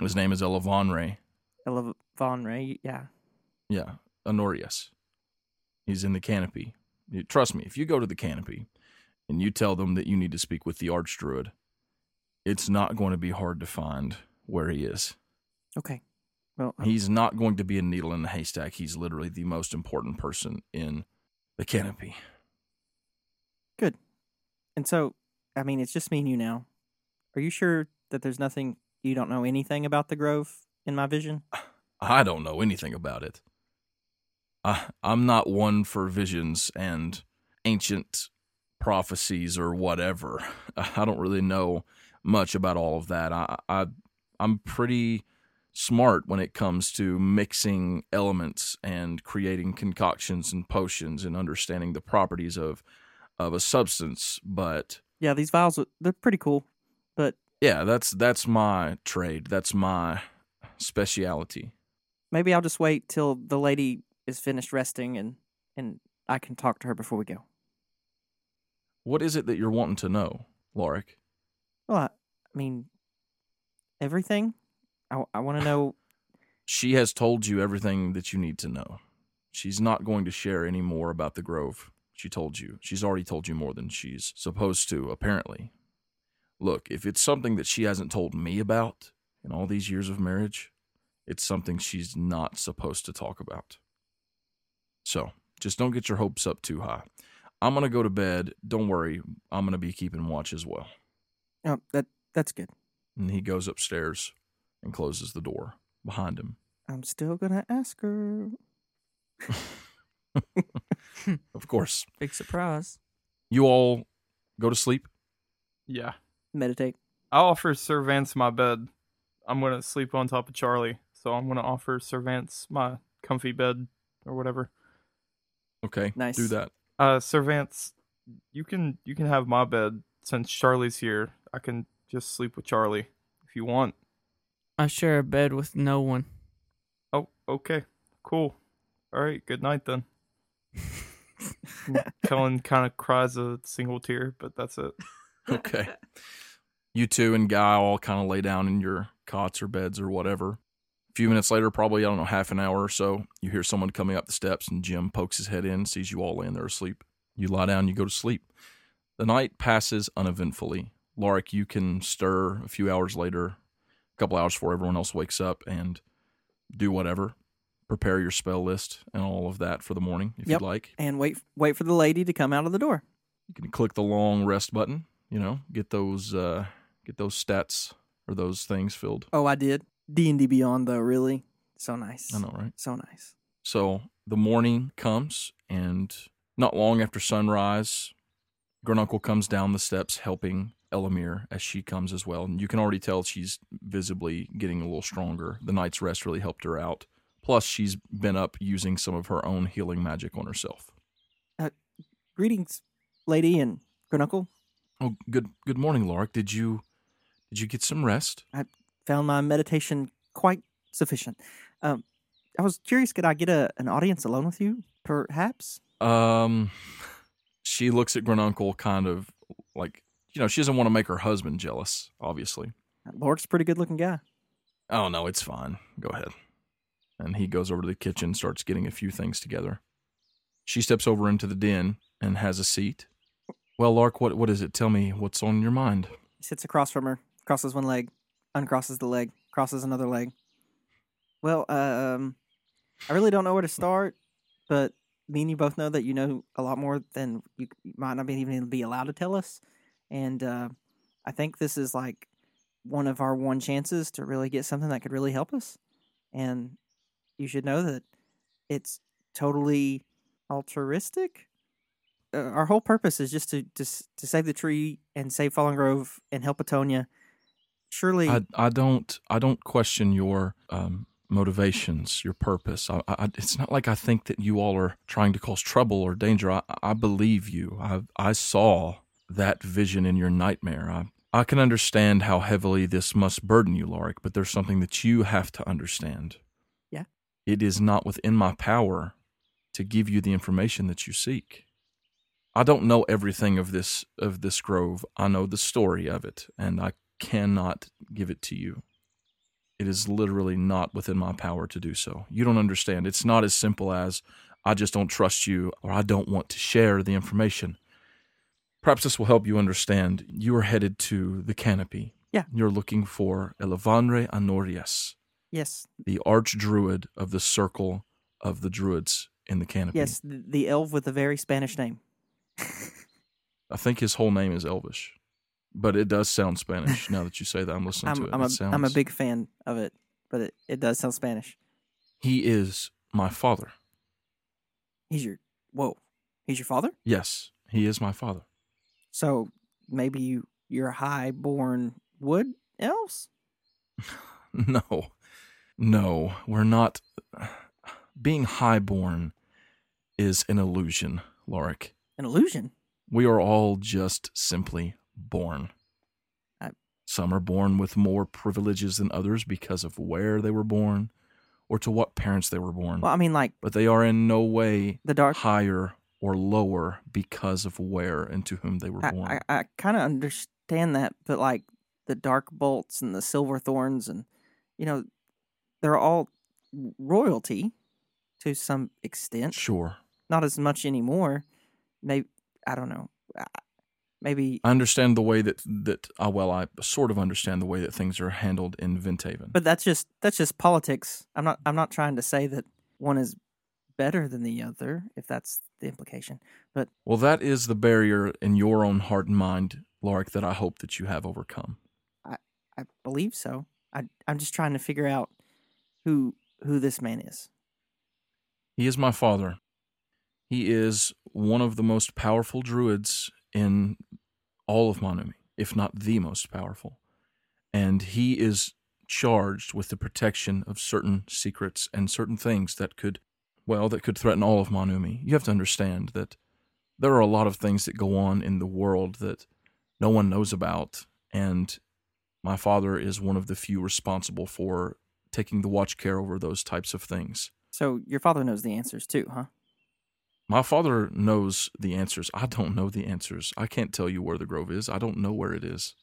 [SPEAKER 3] His name is Elevanre.
[SPEAKER 2] Elevon Ray? Yeah.
[SPEAKER 3] Yeah, Honorius. He's in the canopy. You- Trust me, if you go to the canopy and you tell them that you need to speak with the Archdruid, it's not going to be hard to find where he is.
[SPEAKER 2] Okay. Well, I'm-
[SPEAKER 3] He's not going to be a needle in a haystack. He's literally the most important person in the canopy.
[SPEAKER 2] and so I mean, it's just me and you now. Are you sure that there's nothing you don't know anything about the grove in my vision?
[SPEAKER 3] I don't know anything about it. I, I'm not one for visions and ancient prophecies or whatever. I don't really know much about all of that. I, I I'm pretty smart when it comes to mixing elements and creating concoctions and potions and understanding the properties of of a substance, but
[SPEAKER 2] Yeah, these vials are- they're pretty cool, but
[SPEAKER 3] yeah, that's that's my trade. That's my speciality.
[SPEAKER 2] maybe I'll just wait till the lady is finished resting and and I can talk to her before we go.
[SPEAKER 3] What is it that you're wanting to know, Lorik?
[SPEAKER 2] Well, I, I mean, everything. I, I want to know.
[SPEAKER 3] She has told you everything that you need to know. She's not going to share any more about the grove. She told you. She's already told you more than she's supposed to, apparently. Look, if it's something that she hasn't told me about in all these years of marriage, it's something she's not supposed to talk about. So, just don't get your hopes up too high. I'm going to go to bed. Don't worry. I'm going to be keeping watch as well.
[SPEAKER 2] Oh, that that's good.
[SPEAKER 3] And he goes upstairs and closes the door behind him.
[SPEAKER 2] I'm still gonna ask her.
[SPEAKER 3] Of course,
[SPEAKER 1] Big surprise.
[SPEAKER 3] You all go to sleep.
[SPEAKER 5] Yeah.
[SPEAKER 2] Meditate.
[SPEAKER 5] I offer Servance my bed. I'm gonna sleep on top of Charlie, so I'm gonna offer Servance my comfy bed or whatever.
[SPEAKER 3] Okay.
[SPEAKER 2] Nice.
[SPEAKER 3] Do that.
[SPEAKER 5] Uh, Servance, you can you can have my bed since Charlie's here. I can just sleep with Charlie if you want.
[SPEAKER 1] I share a bed with no one.
[SPEAKER 5] Oh, okay, cool. All right, good night then. Mm, Kellen kind of cries a single tear, but that's it.
[SPEAKER 3] Okay. you two and Guy all kind of lay down in your cots or beds or whatever. A few minutes later, probably, I don't know, half an hour or so, you hear someone coming up the steps, and Jim pokes his head in, sees you all laying there asleep. You lie down, you go to sleep. The night passes uneventfully. Lark, you can stir a few hours later, a couple hours before everyone else wakes up, and do whatever. Prepare your spell list and all of that for the morning if
[SPEAKER 2] Yep.
[SPEAKER 3] you'd like.
[SPEAKER 2] And wait wait for the lady to come out of the door.
[SPEAKER 3] you can click the long rest button you know get those uh get those stats or those things filled
[SPEAKER 2] Oh, I did. D and D Beyond though, really. So nice.
[SPEAKER 3] i know right
[SPEAKER 2] So nice.
[SPEAKER 3] so the morning comes and not long after sunrise grununcle comes down the steps helping elamir as she comes as well and you can already tell she's visibly getting a little stronger the night's rest really helped her out plus she's been up using some of her own healing magic on herself
[SPEAKER 2] Greetings, lady and Grununcle.
[SPEAKER 3] oh good good morning lark did you did you get some rest
[SPEAKER 2] Found my meditation quite sufficient. Um, I was curious, could I get a, an audience alone with you, perhaps?
[SPEAKER 3] Um, she looks at Grununcle kind of like you know she doesn't want to make her husband jealous. Obviously,
[SPEAKER 2] Lork's a pretty good looking guy.
[SPEAKER 3] oh no, it's fine. Go ahead. And he goes over to the kitchen, starts getting a few things together. She steps over into the den and has a seat. Well, Lark, what what is it? Tell me what's on your mind.
[SPEAKER 2] He sits across from her, crosses one leg, uncrosses the leg, crosses another leg. Well, um, I really don't know where to start, but me and you both know that you know a lot more than you you might not be even be allowed to tell us, and uh, I think this is like one of our one chances to really get something that could really help us, and you should know that it's totally altruistic uh, our whole purpose is just to, to s- to save the tree and save Fallen Grove and help Atonia. Surely,
[SPEAKER 3] I I don't I don't question your um motivations, your purpose. I, I it's not like I think that you all are trying to cause trouble or danger. I I believe you. I I saw that vision in your nightmare. I I can understand how heavily this must burden you, Lorik, but there's something that you have to understand.
[SPEAKER 2] Yeah.
[SPEAKER 3] It is not within my power to give you the information that you seek. I don't know everything of this of this grove. I know the story of it, and I cannot give it to you. It is literally not within my power to do so. You don't understand. It's not as simple as I just don't trust you or I don't want to share the information. Perhaps this will help you understand. You are headed to the canopy.
[SPEAKER 2] Yeah.
[SPEAKER 3] You're looking for Elevandre Anorias,
[SPEAKER 2] yes,
[SPEAKER 3] the archdruid of the circle of the druids in the canopy.
[SPEAKER 2] yes, the, the elf with a very Spanish name.
[SPEAKER 3] I think his whole name is Elvish, but it does sound Spanish now that you say that. I'm listening
[SPEAKER 2] I'm
[SPEAKER 3] to it.
[SPEAKER 2] I'm
[SPEAKER 3] It
[SPEAKER 2] a am a
[SPEAKER 3] sounds-
[SPEAKER 2] big fan of it, but it, it does sound Spanish.
[SPEAKER 3] He is my father.
[SPEAKER 2] He's your whoa, he's your father.
[SPEAKER 3] Yes, he is my father.
[SPEAKER 2] So maybe you you're high born wood elves.
[SPEAKER 3] No, no, we're not. Being highborn is an illusion, Lorik.
[SPEAKER 2] An illusion.
[SPEAKER 3] We are all just simply born.
[SPEAKER 2] I-
[SPEAKER 3] Some are born with more privileges than others because of where they were born or to what parents they were born.
[SPEAKER 2] Well, I mean, like
[SPEAKER 3] but they are in no way
[SPEAKER 2] the dark.
[SPEAKER 3] higher or lower because of where and to whom they were
[SPEAKER 2] I,
[SPEAKER 3] born.
[SPEAKER 2] I, I kind of understand that, but like the dark bolts and the silver thorns, and you know, they're all royalty to some extent.
[SPEAKER 3] sure.
[SPEAKER 2] Not as much anymore. Maybe I don't know. I- Maybe,
[SPEAKER 3] I understand the way that that uh, well, I sort of understand the way that things are handled in Ventaven.
[SPEAKER 2] but that's just that's just politics. I'm not I'm not trying to say that one is better than the other, if that's the implication.
[SPEAKER 3] well, that is the barrier in your own heart and mind, Lark, that I hope that you have overcome.
[SPEAKER 2] I believe so. I I'm just trying to figure out who who this man is.
[SPEAKER 3] He is my father. He is one of the most powerful druids in all of Manumi, if not the most powerful. And he is charged with the protection of certain secrets and certain things that could, well, that could threaten all of Manumi. You have to understand that there are a lot of things that go on in the world that no one knows about. And my father is one of the few responsible for taking the watch care over those types of things.
[SPEAKER 2] So your father knows the answers too, huh?
[SPEAKER 3] My father knows the answers. I don't know the answers. I can't tell you where the grove is. I don't know where it is.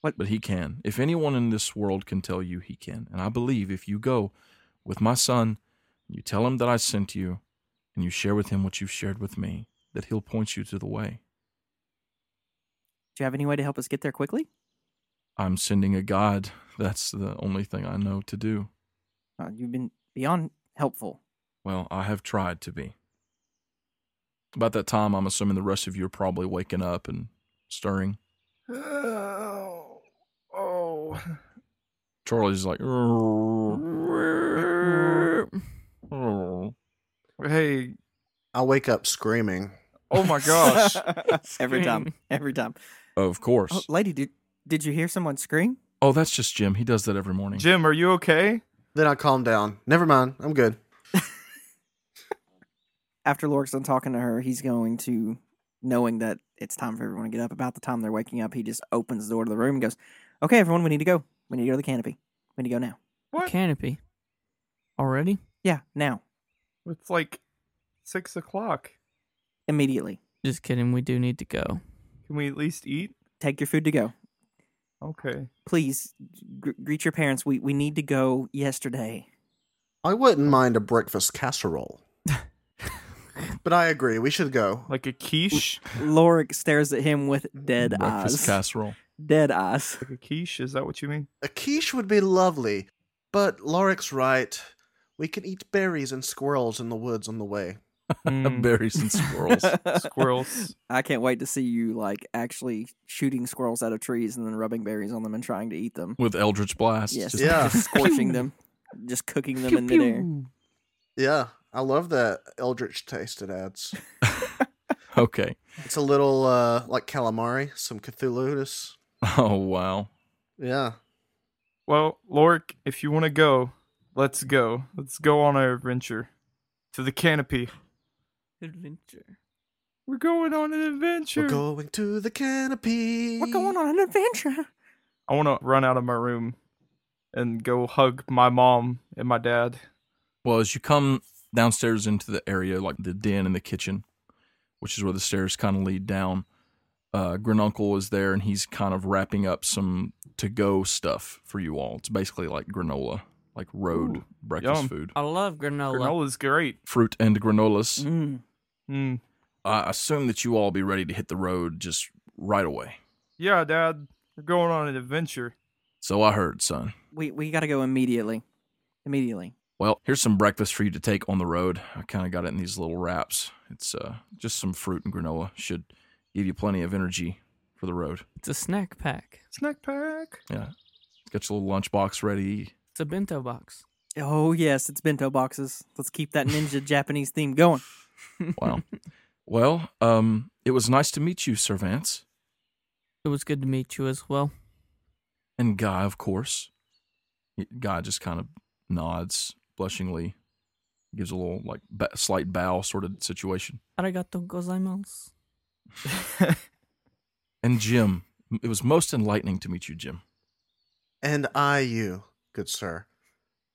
[SPEAKER 2] What-
[SPEAKER 3] But he can. If anyone in this world can tell you, he can. And I believe if you go with my son, you tell him that I sent you, and you share with him what you've shared with me, that he'll point you to the way.
[SPEAKER 2] Do you have any way to help us get there quickly?
[SPEAKER 3] I'm sending a guide. That's the only thing I know to do.
[SPEAKER 2] Uh, you've been beyond helpful.
[SPEAKER 3] Well, I have tried to be. About that time, I'm assuming the rest of you are probably waking up and stirring.
[SPEAKER 5] Oh, oh.
[SPEAKER 3] Charlie's like,
[SPEAKER 5] Hey,
[SPEAKER 4] I wake up screaming.
[SPEAKER 5] oh my gosh.
[SPEAKER 2] every time, every time.
[SPEAKER 3] of course.
[SPEAKER 2] Oh, lady, did did you hear someone scream?
[SPEAKER 3] Oh, that's just Jim. He does that every morning.
[SPEAKER 5] Jim, are you okay?
[SPEAKER 4] Then I calm down. Never mind. I'm good.
[SPEAKER 2] After Lorik's done talking to her, he's going to, knowing that it's time for everyone to get up. About the time they're waking up, he just opens the door to the room and goes, "Okay, everyone, we need to go. We need to go to the canopy. We need to go now.
[SPEAKER 5] What?
[SPEAKER 1] Canopy. Already?
[SPEAKER 2] Yeah, now,
[SPEAKER 5] It's like six o'clock.
[SPEAKER 2] immediately.
[SPEAKER 1] Just kidding. We do need to go.
[SPEAKER 5] Can we at least eat?
[SPEAKER 2] Take your food to go.
[SPEAKER 5] Okay.
[SPEAKER 2] Please gr- greet your parents. We we need to go yesterday.
[SPEAKER 4] I wouldn't mind a breakfast casserole. but I agree. We should go.
[SPEAKER 5] Like a quiche?
[SPEAKER 2] Lorik stares at him with dead
[SPEAKER 3] Breakfast
[SPEAKER 2] eyes.
[SPEAKER 3] casserole.
[SPEAKER 2] Dead eyes.
[SPEAKER 5] Like a quiche? Is that what you mean?
[SPEAKER 4] A quiche would be lovely, but Lorik's right. We can eat berries and squirrels in the woods on the way.
[SPEAKER 5] Mm,
[SPEAKER 3] Berries and squirrels.
[SPEAKER 5] squirrels.
[SPEAKER 2] I can't wait to see you like actually shooting squirrels out of trees and then rubbing berries on them and trying to eat them.
[SPEAKER 3] With Eldritch Blast.
[SPEAKER 2] Yes,
[SPEAKER 3] Just-
[SPEAKER 4] Yeah.
[SPEAKER 2] just scorching them, just cooking them in midair.
[SPEAKER 4] Yeah, I love that eldritch taste it adds.
[SPEAKER 3] Okay.
[SPEAKER 4] It's a little uh like calamari, some Cthulhu's.
[SPEAKER 3] Oh, wow.
[SPEAKER 4] Yeah.
[SPEAKER 5] Well, Lorik, if you want to go, let's go. Let's go on our adventure to the canopy.
[SPEAKER 1] Adventure.
[SPEAKER 5] We're going on an adventure.
[SPEAKER 4] We're going to the canopy.
[SPEAKER 2] We're going on an adventure.
[SPEAKER 5] I want to run out of my room and go hug my mom and my dad.
[SPEAKER 3] Well, as you come downstairs into the area, like the den and the kitchen, which is where the stairs kind of lead down, uh, Granuncle is there and he's kind of wrapping up some to go stuff for you all. It's basically like granola, like road
[SPEAKER 5] Ooh,
[SPEAKER 3] breakfast
[SPEAKER 5] yum.
[SPEAKER 3] food.
[SPEAKER 1] I love granola.
[SPEAKER 5] Granola's great.
[SPEAKER 3] Fruit and granolas.
[SPEAKER 5] Mm-hmm.
[SPEAKER 2] Mm.
[SPEAKER 5] Mm.
[SPEAKER 3] I assume that you all be ready to hit the road just right away.
[SPEAKER 5] Yeah, Dad, we're going on an adventure.
[SPEAKER 3] So I heard, son.
[SPEAKER 2] We we got to go immediately, immediately.
[SPEAKER 3] Well, here's some breakfast for you to take on the road. I kind of got it in these little wraps. It's uh, just some fruit and granola. Should give you plenty of energy for the road.
[SPEAKER 1] It's a snack pack.
[SPEAKER 5] Snack pack.
[SPEAKER 3] Yeah. Get your little lunchbox ready.
[SPEAKER 1] It's a bento box.
[SPEAKER 2] Oh yes, it's bento boxes. Let's keep that ninja Japanese theme going.
[SPEAKER 3] Wow. well, um, it was nice to meet you, Sir Vance.
[SPEAKER 1] It was good to meet you as well.
[SPEAKER 3] And Guy, of course. Y- Guy just kind of nods blushingly, gives a little, like, ba- slight bow sort of situation.
[SPEAKER 1] Arigato gozaimasu.
[SPEAKER 3] And Jim. It was most enlightening to meet you, Jim.
[SPEAKER 4] And I you, good sir.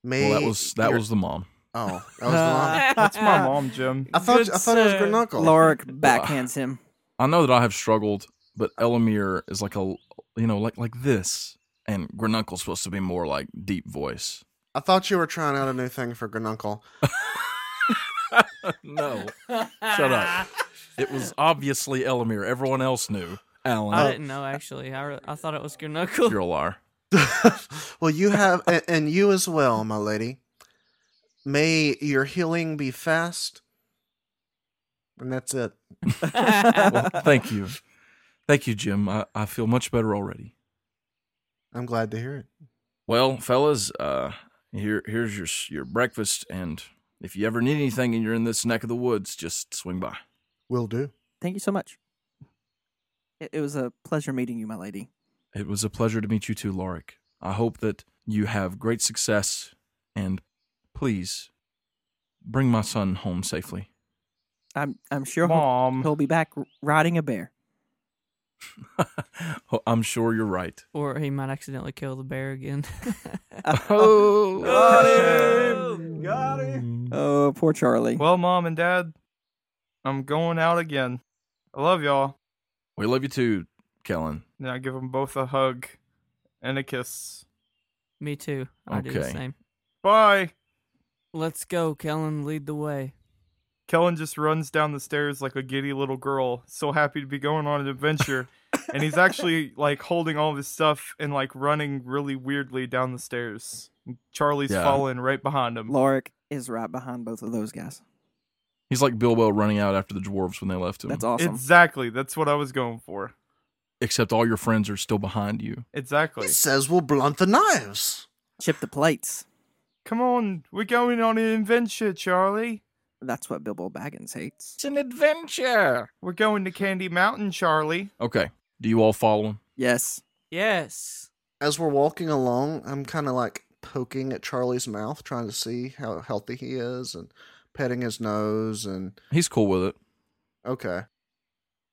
[SPEAKER 4] May
[SPEAKER 3] Well, that was that
[SPEAKER 4] your-
[SPEAKER 3] was the mom.
[SPEAKER 4] Oh, that was the line.
[SPEAKER 2] Uh,
[SPEAKER 5] That's
[SPEAKER 1] Ah.
[SPEAKER 5] my mom, Jim.
[SPEAKER 4] I thought
[SPEAKER 1] Good
[SPEAKER 4] I thought it was
[SPEAKER 1] sir.
[SPEAKER 4] Grununcle.
[SPEAKER 2] Lorik backhands him.
[SPEAKER 3] I know that I have struggled, but Elamir is like a you know like like this, and Granuncle's supposed to be more like deep voice.
[SPEAKER 4] I thought you were trying out a new thing for Grununcle.
[SPEAKER 3] no, shut up. It was obviously Elamir. Everyone else knew. Alan,
[SPEAKER 1] I didn't know actually. I, re- I thought it was granola.
[SPEAKER 3] you're a liar.
[SPEAKER 4] well, you have, and, and you as well, my lady. May your healing be fast. And that's it.
[SPEAKER 3] Well, thank you, thank you, Jim. I, I feel much better already.
[SPEAKER 4] I'm glad to hear it.
[SPEAKER 3] Well, fellas, uh, here here's your s- your breakfast, and if you ever need anything and you're in this neck of the woods, just swing by.
[SPEAKER 4] Will do.
[SPEAKER 2] Thank you so much. It, it was a pleasure meeting you, my lady.
[SPEAKER 3] It was a pleasure to meet you too, Lorik. I hope that you have great success and please bring my son home safely.
[SPEAKER 2] I'm I'm sure he'll,
[SPEAKER 5] Mom.
[SPEAKER 2] he'll be back r- riding a bear.
[SPEAKER 3] Oh, I'm sure you're right.
[SPEAKER 1] Or he might accidentally kill the bear again.
[SPEAKER 3] Oh,
[SPEAKER 5] him!
[SPEAKER 4] Got
[SPEAKER 2] Oh, poor Charlie.
[SPEAKER 5] Well, Mom and Dad, I'm going out again. I love y'all.
[SPEAKER 3] We love you too, Kellen.
[SPEAKER 5] Now I give them both a hug and a kiss.
[SPEAKER 1] Me too. I do the
[SPEAKER 3] Okay.
[SPEAKER 1] same.
[SPEAKER 5] Bye.
[SPEAKER 1] Let's go, Kellen. Lead the way.
[SPEAKER 5] Kellen just runs down the stairs like a giddy little girl, so happy to be going on an adventure. and he's actually like holding all of his stuff and like running really weirdly down the stairs. Charlie's
[SPEAKER 3] Yeah.
[SPEAKER 5] following right behind him.
[SPEAKER 2] Lorik is right behind both of those guys.
[SPEAKER 3] He's like Bilbo running out after the dwarves when they left him.
[SPEAKER 2] That's awesome.
[SPEAKER 5] Exactly. That's what I was going for.
[SPEAKER 3] Except all your friends are still behind you.
[SPEAKER 5] Exactly.
[SPEAKER 4] He says we'll blunt the knives.
[SPEAKER 2] Chip the plates.
[SPEAKER 5] Come on, we're going on an adventure, Charlie.
[SPEAKER 2] That's what Bilbo Baggins hates.
[SPEAKER 3] an adventure.
[SPEAKER 5] We're going to Candy Mountain, Charlie.
[SPEAKER 3] Okay. Do you all follow him?
[SPEAKER 2] Yes.
[SPEAKER 1] Yes.
[SPEAKER 4] As we're walking along, I'm kind of like poking at Charlie's mouth, trying to see how healthy he is, and petting his nose. And
[SPEAKER 3] He's cool with it.
[SPEAKER 4] okay,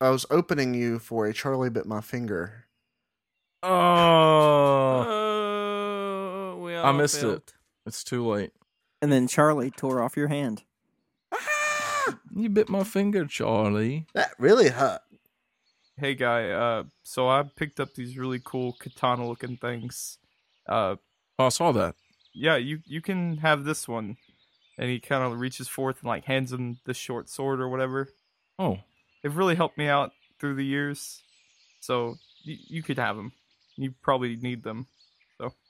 [SPEAKER 4] I was opening you for a Charlie bit my finger.
[SPEAKER 3] Oh.
[SPEAKER 1] Oh, we all
[SPEAKER 3] I missed it.
[SPEAKER 1] failed.
[SPEAKER 3] It's too late.
[SPEAKER 2] And then Charlie tore off your hand.
[SPEAKER 5] Ah!
[SPEAKER 3] You bit my finger, Charlie.
[SPEAKER 4] That really hurt.
[SPEAKER 5] Hey guy, uh so I picked up these really cool katana looking things. Uh
[SPEAKER 3] Oh, I saw that.
[SPEAKER 5] yeah, you you can have this one. And he kind of reaches forth and like hands him the short sword or whatever.
[SPEAKER 3] Oh,
[SPEAKER 5] They've really helped me out through the years. So you, you could have them. You probably need them.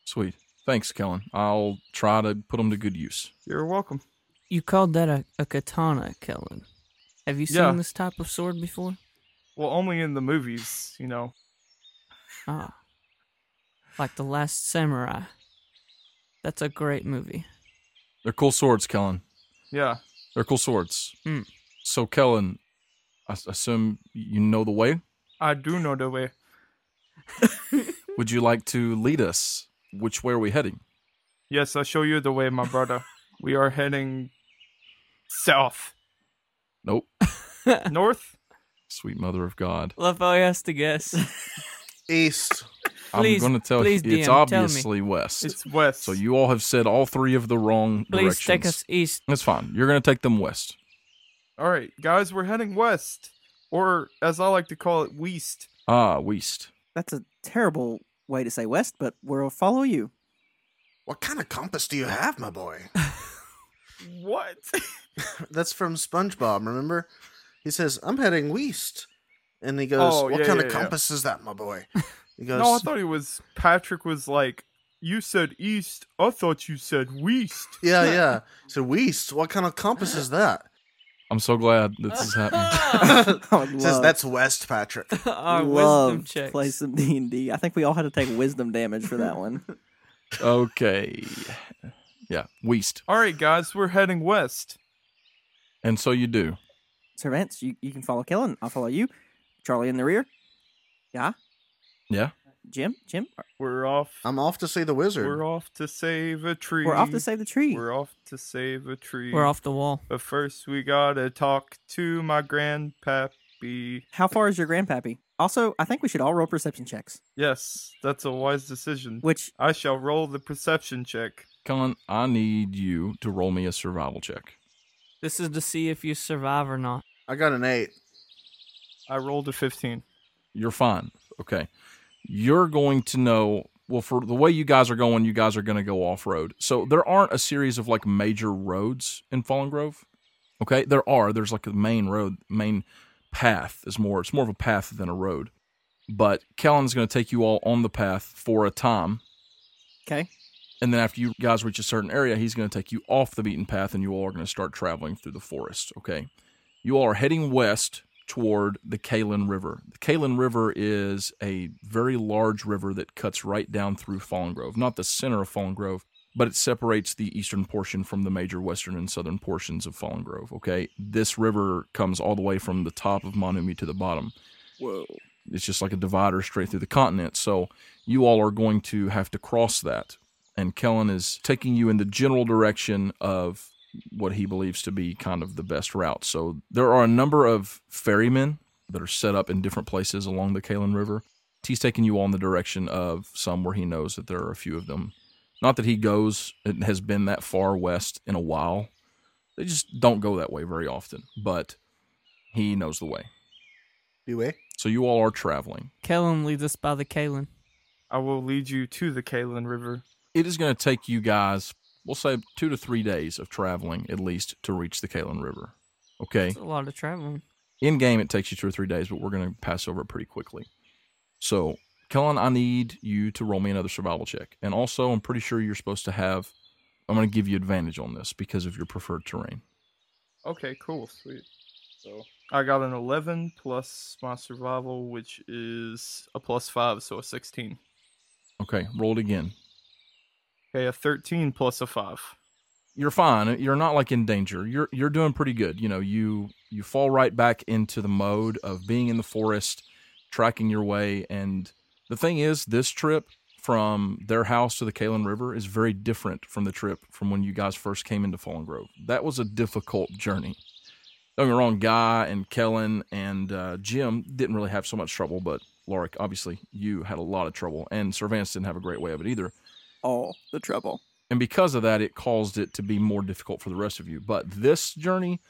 [SPEAKER 3] sweet. Thanks, Kellen. I'll try to put them to good use.
[SPEAKER 5] You're welcome.
[SPEAKER 1] You called that a, a katana, Kellen. Have you seen
[SPEAKER 5] Yeah.
[SPEAKER 1] this type of sword before?
[SPEAKER 5] Well, only in the movies, you know.
[SPEAKER 1] Ah. Like The Last Samurai. That's a great movie.
[SPEAKER 3] They're cool swords, Kellen.
[SPEAKER 5] Yeah.
[SPEAKER 3] They're cool swords.
[SPEAKER 1] Hmm.
[SPEAKER 3] So, Kellen, I s- assume you know the way.
[SPEAKER 5] I do know the way.
[SPEAKER 3] Would you like to lead us? Which way are we heading?
[SPEAKER 5] Yes, I'll show you the way, my brother. we are heading south.
[SPEAKER 3] Nope.
[SPEAKER 5] North?
[SPEAKER 3] Sweet mother of God.
[SPEAKER 1] Love how he has to guess.
[SPEAKER 4] East.
[SPEAKER 1] Please-
[SPEAKER 3] I'm going to tell
[SPEAKER 1] please, DM,
[SPEAKER 3] you, it's
[SPEAKER 1] tell me.
[SPEAKER 3] obviously west.
[SPEAKER 5] It's west.
[SPEAKER 3] so you all have said all three of the wrong
[SPEAKER 1] Please
[SPEAKER 3] directions.
[SPEAKER 1] take us east.
[SPEAKER 3] That's fine. You're going to take them west.
[SPEAKER 5] All right, guys, we're heading west, or as I like to call it, west.
[SPEAKER 3] Ah, west.
[SPEAKER 2] That's a terrible way to say west, but we'll follow you.
[SPEAKER 4] What kind of compass do you have, my boy?
[SPEAKER 5] What?
[SPEAKER 4] That's from SpongeBob. Remember, he says I'm heading west, and he goes,
[SPEAKER 5] Oh,
[SPEAKER 4] "What
[SPEAKER 5] yeah,
[SPEAKER 4] kind
[SPEAKER 5] yeah,
[SPEAKER 4] of
[SPEAKER 5] yeah.
[SPEAKER 4] compass is that, my boy?" He goes,
[SPEAKER 5] No, I thought it was Patrick. Was like, you said east. I thought you said west.
[SPEAKER 4] "Yeah, yeah." He said, "West. What kind of compass is that?"
[SPEAKER 3] I'm so glad this is happening.
[SPEAKER 2] I would
[SPEAKER 4] He says
[SPEAKER 2] love-
[SPEAKER 4] that's West, Patrick.
[SPEAKER 1] Our wisdom
[SPEAKER 2] love
[SPEAKER 1] checks.
[SPEAKER 2] to play some D and D. I think we all had to take wisdom damage for that one.
[SPEAKER 3] okay. Yeah, west.
[SPEAKER 5] All right, guys, we're heading west.
[SPEAKER 3] And so you do.
[SPEAKER 2] Sir Vance, you, you can follow Kellen. I'll follow you. Charlie in the rear. Yeah.
[SPEAKER 3] Yeah.
[SPEAKER 2] Jim, Jim,
[SPEAKER 5] We're off.
[SPEAKER 4] I'm off to see the
[SPEAKER 5] We're
[SPEAKER 4] wizard.
[SPEAKER 5] off to save a tree.
[SPEAKER 2] we're off to save the tree.
[SPEAKER 5] We're off to save a tree.
[SPEAKER 1] We're off the wall.
[SPEAKER 5] But first, we gotta talk to my grandpappy.
[SPEAKER 2] How far is your grandpappy? Also, I think we should all roll perception checks.
[SPEAKER 5] Yes, that's a wise decision.
[SPEAKER 2] Which
[SPEAKER 5] I shall roll the perception check.
[SPEAKER 3] Colin, I need you to roll me a survival check.
[SPEAKER 1] This is to see if you survive or not.
[SPEAKER 4] I got an eight.
[SPEAKER 5] I rolled a fifteen.
[SPEAKER 3] You're fine. Okay. You're going to know. Well, for the way you guys are going, you guys are going to go off road. So there aren't a series of like major roads in Fallen Grove. Okay. There are. There's like a main road, main path is more, it's more of a path than a road. But Kellen's going to take you all on the path for a time.
[SPEAKER 2] okay,
[SPEAKER 3] And then after you guys reach a certain area, he's going to take you off the beaten path and you all are going to start traveling through the forest. Okay. You all are heading west toward the Kalin River. The Kalin River is a very large river that cuts right down through Fallen Grove, not the center of Fallen Grove, but it separates the eastern portion from the major western and southern portions of Fallen Grove. Okay. This river comes all the way from the top of Monumi to the bottom.
[SPEAKER 2] whoa,
[SPEAKER 3] It's just like a divider straight through the continent. So you all are going to have to cross that. And Kellen is taking you in the general direction of what he believes to be kind of the best route. So there are a number of ferrymen that are set up in different places along the Kalen River. He's taking you all in the direction of some where he knows that there are a few of them. Not that he goes and has been that far west in a while. They just don't go that way very often, but he knows the way.
[SPEAKER 4] Do we?
[SPEAKER 3] So you all are traveling.
[SPEAKER 1] Kellen leads us by the Kalen.
[SPEAKER 5] I will lead you to the Kalen River.
[SPEAKER 3] It is going to take you guys, we'll say two to three days of traveling at least to reach the Kalen River. Okay.
[SPEAKER 1] It's a lot of traveling.
[SPEAKER 3] In game, it takes you two or three days, but we're going to pass over it pretty quickly. So, Kellen, I need you to roll me another survival check. And also, I'm pretty sure you're supposed to have, I'm going to give you advantage on this because of your preferred terrain.
[SPEAKER 5] Okay, cool, sweet. So I got an 11 plus my survival, which is a plus 5, so a 16.
[SPEAKER 3] Okay, roll it again.
[SPEAKER 5] Okay, a 13 plus a 5.
[SPEAKER 3] you're fine. You're not like in danger. You're you're doing pretty good. You know, you you fall right back into the mode of being in the forest, tracking your way. And the thing is, this trip from their house to the Kalen River is very different from the trip from when you guys first came into Fallen Grove. That was a difficult journey. Don't get me wrong, Guy and Kellen and uh, Jim didn't really have so much trouble, but Lorik, obviously, you had a lot of trouble, and Servance didn't have a great way of it either
[SPEAKER 2] All the trouble.
[SPEAKER 3] and because of that it caused it to be more difficult for the rest of you but this journey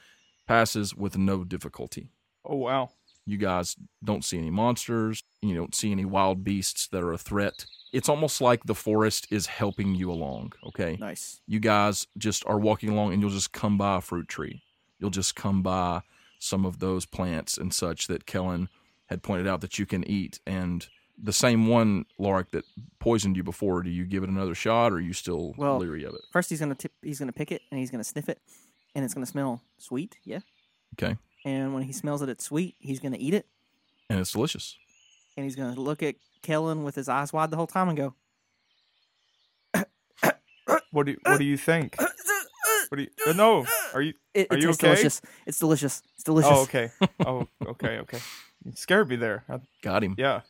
[SPEAKER 3] passes with no difficulty
[SPEAKER 5] Oh, wow.
[SPEAKER 3] you guys don't see any monsters you don't see any wild beasts that are a threat it's almost like the forest is helping you along okay
[SPEAKER 2] Nice.
[SPEAKER 3] you guys just are walking along and you'll just come by a fruit tree. You'll just come by some of those plants and such that Kellen had pointed out that you can eat. And the same one, Lorik, that poisoned you before, do you give it another shot or are you still
[SPEAKER 2] Well-
[SPEAKER 3] leery of it?
[SPEAKER 2] First, he's gonna tip, he's gonna pick it and he's gonna sniff it, and it's gonna smell sweet. Yeah.
[SPEAKER 3] Okay.
[SPEAKER 2] And when he smells that it's sweet, he's gonna eat it,
[SPEAKER 3] And it's delicious.
[SPEAKER 2] and he's gonna look at Kellen with his eyes wide the whole time and go,
[SPEAKER 5] What do you, what do you think? What do you, uh, no, are you,
[SPEAKER 2] "It,
[SPEAKER 5] Are
[SPEAKER 2] it
[SPEAKER 5] you
[SPEAKER 2] tastes
[SPEAKER 5] okay?
[SPEAKER 2] delicious. It's delicious. It's delicious."
[SPEAKER 5] oh, okay. Oh, okay, okay. You scared me there. I,
[SPEAKER 3] Got him.
[SPEAKER 5] yeah.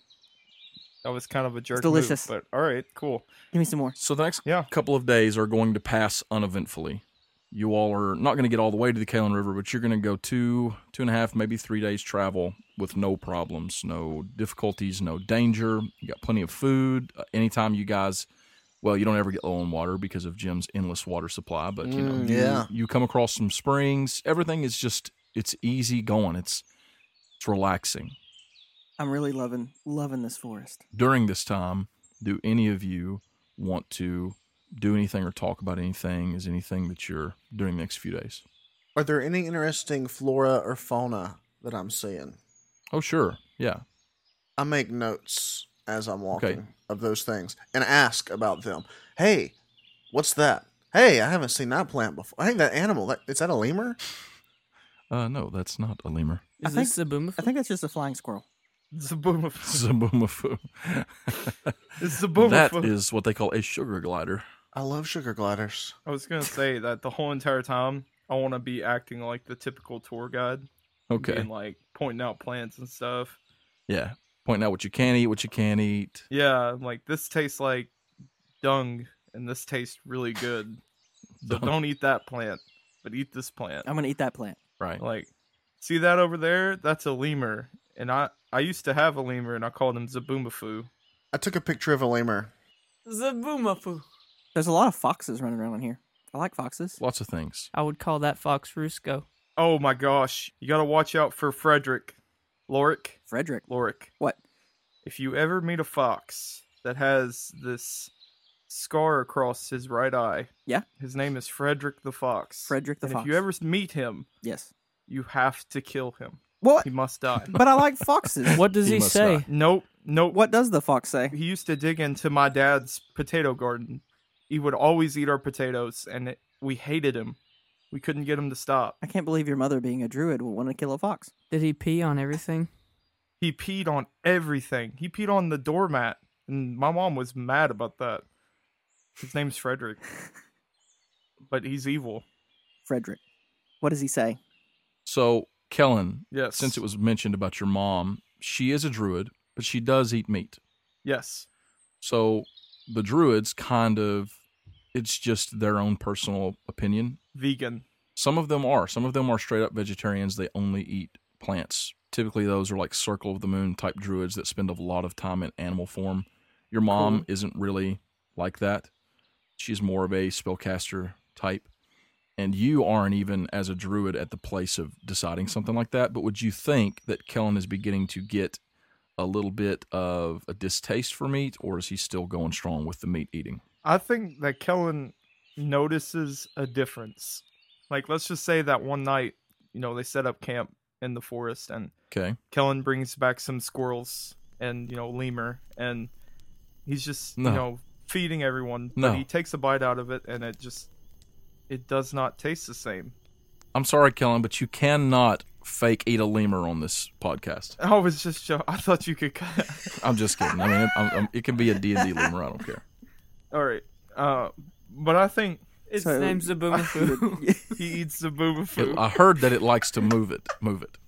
[SPEAKER 5] That was kind of a jerk.
[SPEAKER 2] delicious.
[SPEAKER 5] Move, but all right, cool.
[SPEAKER 2] Give me some more.
[SPEAKER 3] So the next
[SPEAKER 5] Yeah.
[SPEAKER 3] couple of days are going to pass uneventfully. You all are not going to get all the way to the Kalen River, but you're going to go two, two and a half, maybe three days travel with no problems, no difficulties, no danger. You got plenty of food. Uh, anytime you guys, well, you don't ever get low on water because of Jim's endless water supply, but you know,
[SPEAKER 4] Mm,
[SPEAKER 3] you,
[SPEAKER 4] yeah.
[SPEAKER 3] you come across some springs. Everything is just it's easy going. It's it's relaxing.
[SPEAKER 2] I'm really loving loving this forest.
[SPEAKER 3] during this time, do any of you want to do anything or talk about anything? Is anything that you're doing the next few days?
[SPEAKER 4] Are there any interesting flora or fauna that I'm seeing?
[SPEAKER 3] Oh, sure. Yeah.
[SPEAKER 4] I make notes as I'm walking
[SPEAKER 3] Okay.
[SPEAKER 4] of those things and ask about them. Hey, what's that? Hey, I haven't seen that plant before. Hey, that animal. That, is that a lemur?
[SPEAKER 3] Uh, no, that's not a lemur.
[SPEAKER 2] I
[SPEAKER 1] Is this a boom?
[SPEAKER 2] I think that's just a flying squirrel.
[SPEAKER 5] Zaboomafu.
[SPEAKER 3] Zaboomafu.
[SPEAKER 5] Zaboomafu.
[SPEAKER 3] that is what they call a sugar glider.
[SPEAKER 4] I love sugar gliders.
[SPEAKER 5] I was gonna say that the whole entire time I want to be acting like the typical tour guide,
[SPEAKER 3] Okay.
[SPEAKER 5] being like pointing out plants and stuff.
[SPEAKER 3] Yeah. Pointing out what you can eat, what you can't eat.
[SPEAKER 5] Yeah, I'm like this tastes like dung, and this tastes really good. So
[SPEAKER 3] Dung.
[SPEAKER 5] don't eat that plant, but eat this plant.
[SPEAKER 2] I'm gonna eat that plant.
[SPEAKER 3] Right.
[SPEAKER 5] Like, see that over there? That's a lemur, and I I used to have a lemur, and I called him Zaboomafu.
[SPEAKER 4] I took a picture of a lemur.
[SPEAKER 1] Zaboomafu.
[SPEAKER 2] There's a lot of foxes running around on here. I like foxes.
[SPEAKER 3] Lots of things.
[SPEAKER 1] I would call that Fox Rusco.
[SPEAKER 5] Oh my gosh, you gotta watch out for Frederick, Lorik,
[SPEAKER 2] Frederick,
[SPEAKER 5] Lorik.
[SPEAKER 2] what?
[SPEAKER 5] if you ever meet a fox that has this scar across his right eye,
[SPEAKER 2] Yeah.
[SPEAKER 5] his name is Frederick the Fox.
[SPEAKER 2] Frederick the
[SPEAKER 5] and
[SPEAKER 2] fox.
[SPEAKER 5] If you ever meet him,
[SPEAKER 2] yes.
[SPEAKER 5] you have to kill him.
[SPEAKER 2] What?
[SPEAKER 5] He must die.
[SPEAKER 2] But I like foxes.
[SPEAKER 1] What does
[SPEAKER 3] He
[SPEAKER 1] he,
[SPEAKER 3] must
[SPEAKER 1] say?
[SPEAKER 3] die.
[SPEAKER 5] nope, nope.
[SPEAKER 2] What does the fox say?
[SPEAKER 5] He used to dig into my dad's potato garden. He would always eat our potatoes, and it, we hated him. We couldn't get him to stop.
[SPEAKER 2] I can't believe your mother, being a druid, would want to kill a fox.
[SPEAKER 1] Did he pee on everything?
[SPEAKER 5] He peed on everything. He peed on the doormat, and my mom was mad about that. His name's Frederick, but he's evil.
[SPEAKER 2] Frederick, what does he say?
[SPEAKER 3] So, Kellen,
[SPEAKER 5] Yes.
[SPEAKER 3] since it was mentioned about your mom, she is a druid, but she does eat meat.
[SPEAKER 5] Yes.
[SPEAKER 3] So the druids kind of, it's just their own personal opinion.
[SPEAKER 5] Vegan.
[SPEAKER 3] Some of them are. Some of them are straight up vegetarians. They only eat plants. Typically, those are like circle of the moon type druids that spend a lot of time in animal form. Your mom isn't really like that. She's more of a spellcaster type. And you aren't even as a druid at the place of deciding something like that. But would you think that Kellen is beginning to get a little bit of a distaste for meat, or is he still going strong with the meat eating?
[SPEAKER 5] I think that Kellen notices a difference. Like, let's just say that one night, you know, they set up camp in the forest and
[SPEAKER 3] Okay.
[SPEAKER 5] Kellen brings back some squirrels and, you know, lemur and he's just,
[SPEAKER 3] No.
[SPEAKER 5] you know, feeding everyone.
[SPEAKER 3] No.
[SPEAKER 5] But he takes a bite out of it and it just, it does not taste the same.
[SPEAKER 3] I'm sorry, Kellen, but you cannot fake eat a lemur on this podcast.
[SPEAKER 5] I was just, jo- I thought you could cut.
[SPEAKER 3] I'm just kidding. I mean, it, I'm, I'm- it can be a D and D lemur. I don't care.
[SPEAKER 5] All right. Uh, but I think
[SPEAKER 1] Its
[SPEAKER 2] So-
[SPEAKER 1] name's the Boomafoo.
[SPEAKER 5] he eats the booba
[SPEAKER 3] It-
[SPEAKER 5] food.
[SPEAKER 3] I heard that it likes to move it. Move it.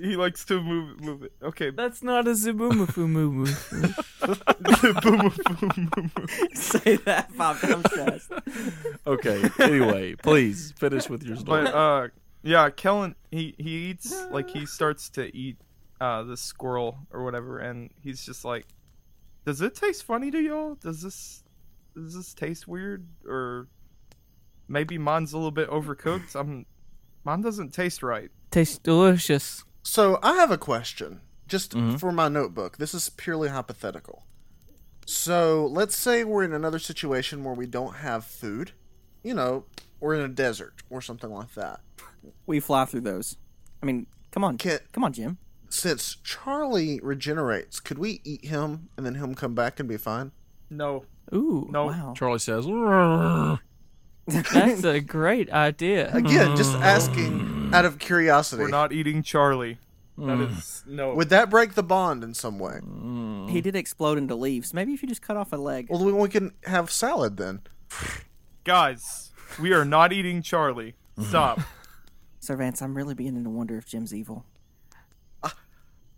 [SPEAKER 5] He likes to move, move it. Okay.
[SPEAKER 1] That's not a Zaboomafoo moo moo.
[SPEAKER 5] Booba food, move it.
[SPEAKER 2] Say that five times fast.
[SPEAKER 3] Okay. Anyway, please finish with your story.
[SPEAKER 5] but uh yeah kellen he he eats like he starts to eat uh the squirrel or whatever and he's just like does it taste funny to y'all does this does this taste weird or maybe mine's a little bit overcooked i'm mine doesn't taste right
[SPEAKER 1] Tastes delicious.
[SPEAKER 4] So I have a question, just
[SPEAKER 3] Mhm.
[SPEAKER 4] for my notebook. This is purely hypothetical. So let's say we're in another situation where we don't have food. You know, we're in a desert or something like that.
[SPEAKER 2] We fly through those. I mean, come on,
[SPEAKER 4] Can-
[SPEAKER 2] come on, Jim.
[SPEAKER 4] Since Charlie regenerates, could we eat him and then him come back and be fine?
[SPEAKER 5] no
[SPEAKER 1] Ooh,
[SPEAKER 5] No.
[SPEAKER 2] Wow.
[SPEAKER 3] Charlie says, "Rrrr."
[SPEAKER 1] that's a great idea.
[SPEAKER 4] Again, just asking out of curiosity.
[SPEAKER 5] we're not eating charlie that is no
[SPEAKER 4] Would that break the bond in some way?
[SPEAKER 2] He did explode into leaves. Maybe if you just cut off a leg.
[SPEAKER 4] Well, then we can have salad then.
[SPEAKER 5] guys we are not eating charlie stop
[SPEAKER 2] Sir Vance, I'm really beginning to wonder if Jim's evil.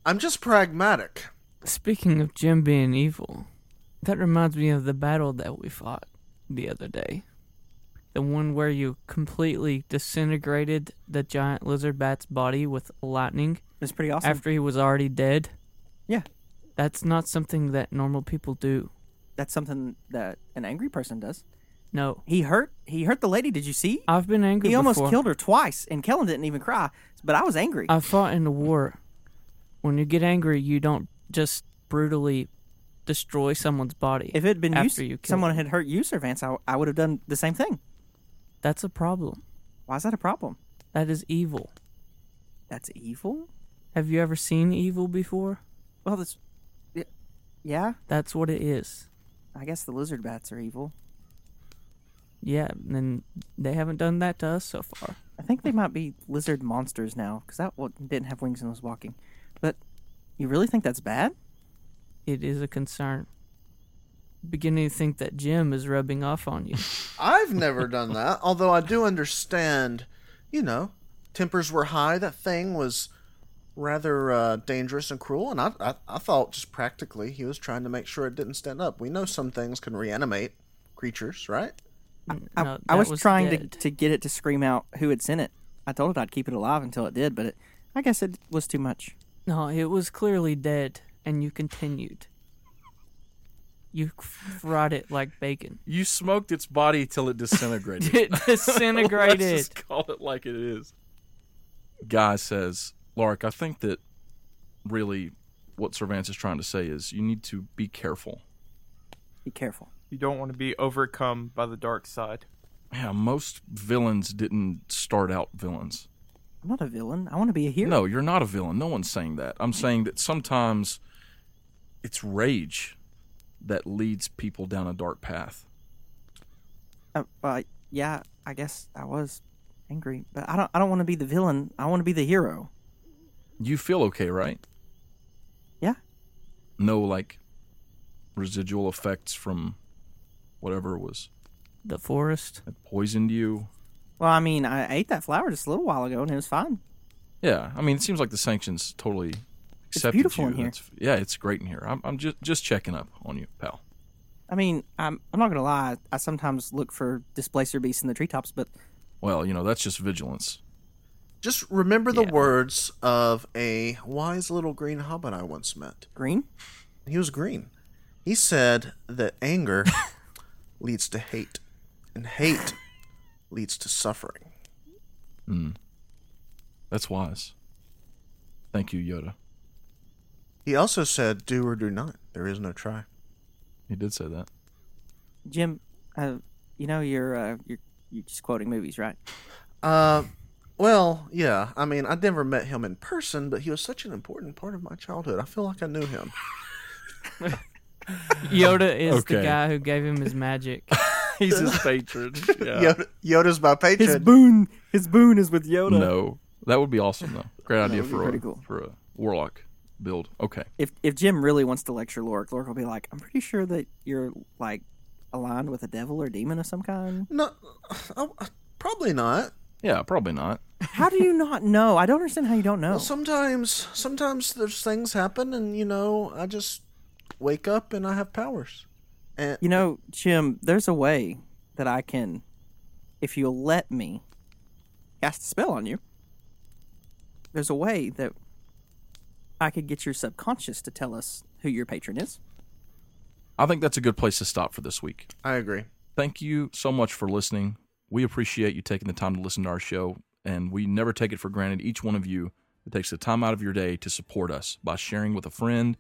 [SPEAKER 4] I'm just pragmatic.
[SPEAKER 1] Speaking of Jim being evil, that reminds me of the battle that we fought the other day. The one where you completely disintegrated the giant lizard bat's body with lightning
[SPEAKER 2] It's pretty awesome.
[SPEAKER 1] after he was already dead.
[SPEAKER 2] Yeah.
[SPEAKER 1] That's not something that normal people do.
[SPEAKER 2] That's something that an angry person does.
[SPEAKER 1] No.
[SPEAKER 2] He hurt. He hurt the lady. Did you see?
[SPEAKER 1] I've been angry
[SPEAKER 2] He almost
[SPEAKER 1] before. Uh,
[SPEAKER 2] killed her twice, and Kellen didn't even cry. But I was angry.
[SPEAKER 1] I fought in a war. When you get angry, you don't just brutally destroy someone's body.
[SPEAKER 2] if it had been you,
[SPEAKER 1] after you killed
[SPEAKER 2] someone
[SPEAKER 1] him.
[SPEAKER 2] had hurt you, Sir Vance, I, I would have done the same thing.
[SPEAKER 1] That's a problem.
[SPEAKER 2] Why is that a problem?
[SPEAKER 1] That is evil.
[SPEAKER 2] That's evil.
[SPEAKER 1] Have you ever seen evil before?
[SPEAKER 2] Well, that's y- yeah.
[SPEAKER 1] That's what it is.
[SPEAKER 2] I guess the lizard bats are evil.
[SPEAKER 1] Yeah, and they haven't done that to us so far.
[SPEAKER 2] I think they might be lizard monsters now because that one didn't have wings and was walking. But you really think that's bad?
[SPEAKER 1] It is a concern. Beginning to think that Jim is rubbing off on you.
[SPEAKER 4] I've never done that, although I do understand, you know, tempers were high. That thing was rather uh, dangerous and cruel, and I, I, I thought just practically he was trying to make sure it didn't stand up. We know some things can reanimate creatures, right?
[SPEAKER 2] I,
[SPEAKER 1] No,
[SPEAKER 2] I
[SPEAKER 1] that
[SPEAKER 2] was, trying
[SPEAKER 1] dead.
[SPEAKER 2] to to get it to scream out who had sent it. I told it I'd keep it alive until it did, but it, I guess it was too much.
[SPEAKER 1] No, it was clearly dead, and you continued. You fried it like bacon.
[SPEAKER 3] You smoked its body till it disintegrated.
[SPEAKER 1] It disintegrated.
[SPEAKER 3] Let's just call it like it is. Guy says, Lark, I think that really what Cervantes is trying to say is you need to be careful.
[SPEAKER 2] Be careful.
[SPEAKER 5] you don't want to be overcome by the dark side
[SPEAKER 3] Yeah, most villains didn't start out villains.
[SPEAKER 2] I'm not a villain. I want to be a hero.
[SPEAKER 3] No, you're not a villain. No one's saying that. I'm saying that sometimes it's rage that leads people down a dark path.
[SPEAKER 2] Uh, uh, yeah, I guess I was angry, but I don't. I don't want to be the villain. I want to be the hero.
[SPEAKER 3] You feel okay, right?
[SPEAKER 2] Yeah.
[SPEAKER 3] No, like residual effects from whatever it was
[SPEAKER 1] the forest.
[SPEAKER 3] that poisoned you.
[SPEAKER 2] Well, I mean, I ate that flower just a little while ago, and it was fine.
[SPEAKER 3] Yeah, I mean, it seems like the sanctions totally accepted
[SPEAKER 2] beautiful
[SPEAKER 3] you.
[SPEAKER 2] in here.
[SPEAKER 3] That's- yeah, it's great in here. I'm, I'm just just checking up on you, pal.
[SPEAKER 2] I mean, I'm I'm not gonna lie. I sometimes look for displacer beasts in the treetops, but
[SPEAKER 3] Well, you know that's just vigilance.
[SPEAKER 4] Just remember the
[SPEAKER 1] Yeah.
[SPEAKER 4] words of a wise little green hobbit I once met.
[SPEAKER 2] green.
[SPEAKER 4] He was green. He said that anger leads to hate, and hate leads to suffering.
[SPEAKER 3] That's wise. Thank you, Yoda.
[SPEAKER 4] He also said, "Do or do not. There is no try."
[SPEAKER 3] He did say that.
[SPEAKER 2] Jim, uh, you know you're uh, you're you're just quoting movies, right?
[SPEAKER 4] Uh, well, yeah. I mean, I never met him in person, but he was such an important part of my childhood. I feel like I knew him.
[SPEAKER 1] Yoda is the
[SPEAKER 3] Okay.
[SPEAKER 1] guy who gave him his magic.
[SPEAKER 5] He's his patron. Yeah.
[SPEAKER 4] Yoda, Yoda's my patron.
[SPEAKER 2] His boon, his boon is with Yoda.
[SPEAKER 3] No, that would be awesome though. Great idea
[SPEAKER 2] uh, would be
[SPEAKER 3] for a,
[SPEAKER 2] pretty cool.
[SPEAKER 3] for a warlock build. Okay,
[SPEAKER 2] If if Jim really wants to lecture Lorik, Lorik will be like, "I'm pretty sure that you're like aligned with a devil or demon of some kind."
[SPEAKER 4] No, oh, probably not.
[SPEAKER 3] yeah, probably not.
[SPEAKER 2] How do you not know? I don't understand how you don't know.
[SPEAKER 4] Well, sometimes, sometimes there's things happen, and you know, I just wake up and I have powers. And
[SPEAKER 2] You know, Jim, there's a way that I can, if you'll let me, cast a spell on you. There's a way that I could get your subconscious to tell us who your patron is.
[SPEAKER 3] I think that's a good place to stop for this week.
[SPEAKER 4] I agree.
[SPEAKER 3] Thank you so much for listening. We appreciate you taking the time to listen to our show, and we never take it for granted. Each one of you that takes the time out of your day to support us by sharing with a friend.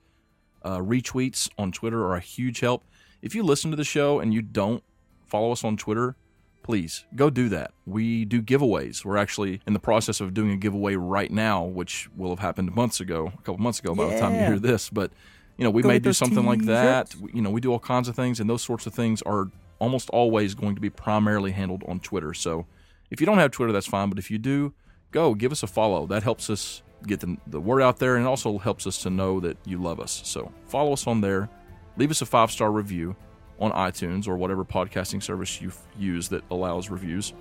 [SPEAKER 3] Uh, retweets on Twitter are a huge help. If you listen to the show and you don't follow us on Twitter, please go do that. We do giveaways. We're actually in the process of doing a giveaway right now, which will have happened months ago, a couple months ago by the time you
[SPEAKER 2] Yeah.
[SPEAKER 3] hear this. But you know, we
[SPEAKER 2] Go
[SPEAKER 3] may
[SPEAKER 2] get
[SPEAKER 3] do
[SPEAKER 2] those
[SPEAKER 3] something like that.
[SPEAKER 2] t-shirts.
[SPEAKER 3] We, you know, we do all kinds of things, and those sorts of things are almost always going to be primarily handled on Twitter. So if you don't have Twitter, that's fine. But if you do, go give us a follow. That helps us get the, the word out there and also helps us to know that you love us. So follow us on there. Leave us a five star review on iTunes or whatever podcasting service you f- use that allows reviews.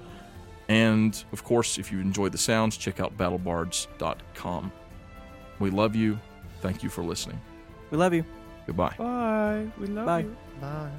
[SPEAKER 3] And of course, if you enjoyed the sounds, check out battlebards.com. We love you. Thank you for listening.
[SPEAKER 2] We love you.
[SPEAKER 3] Goodbye.
[SPEAKER 5] Bye. We love
[SPEAKER 2] Bye.
[SPEAKER 5] you.
[SPEAKER 4] Bye.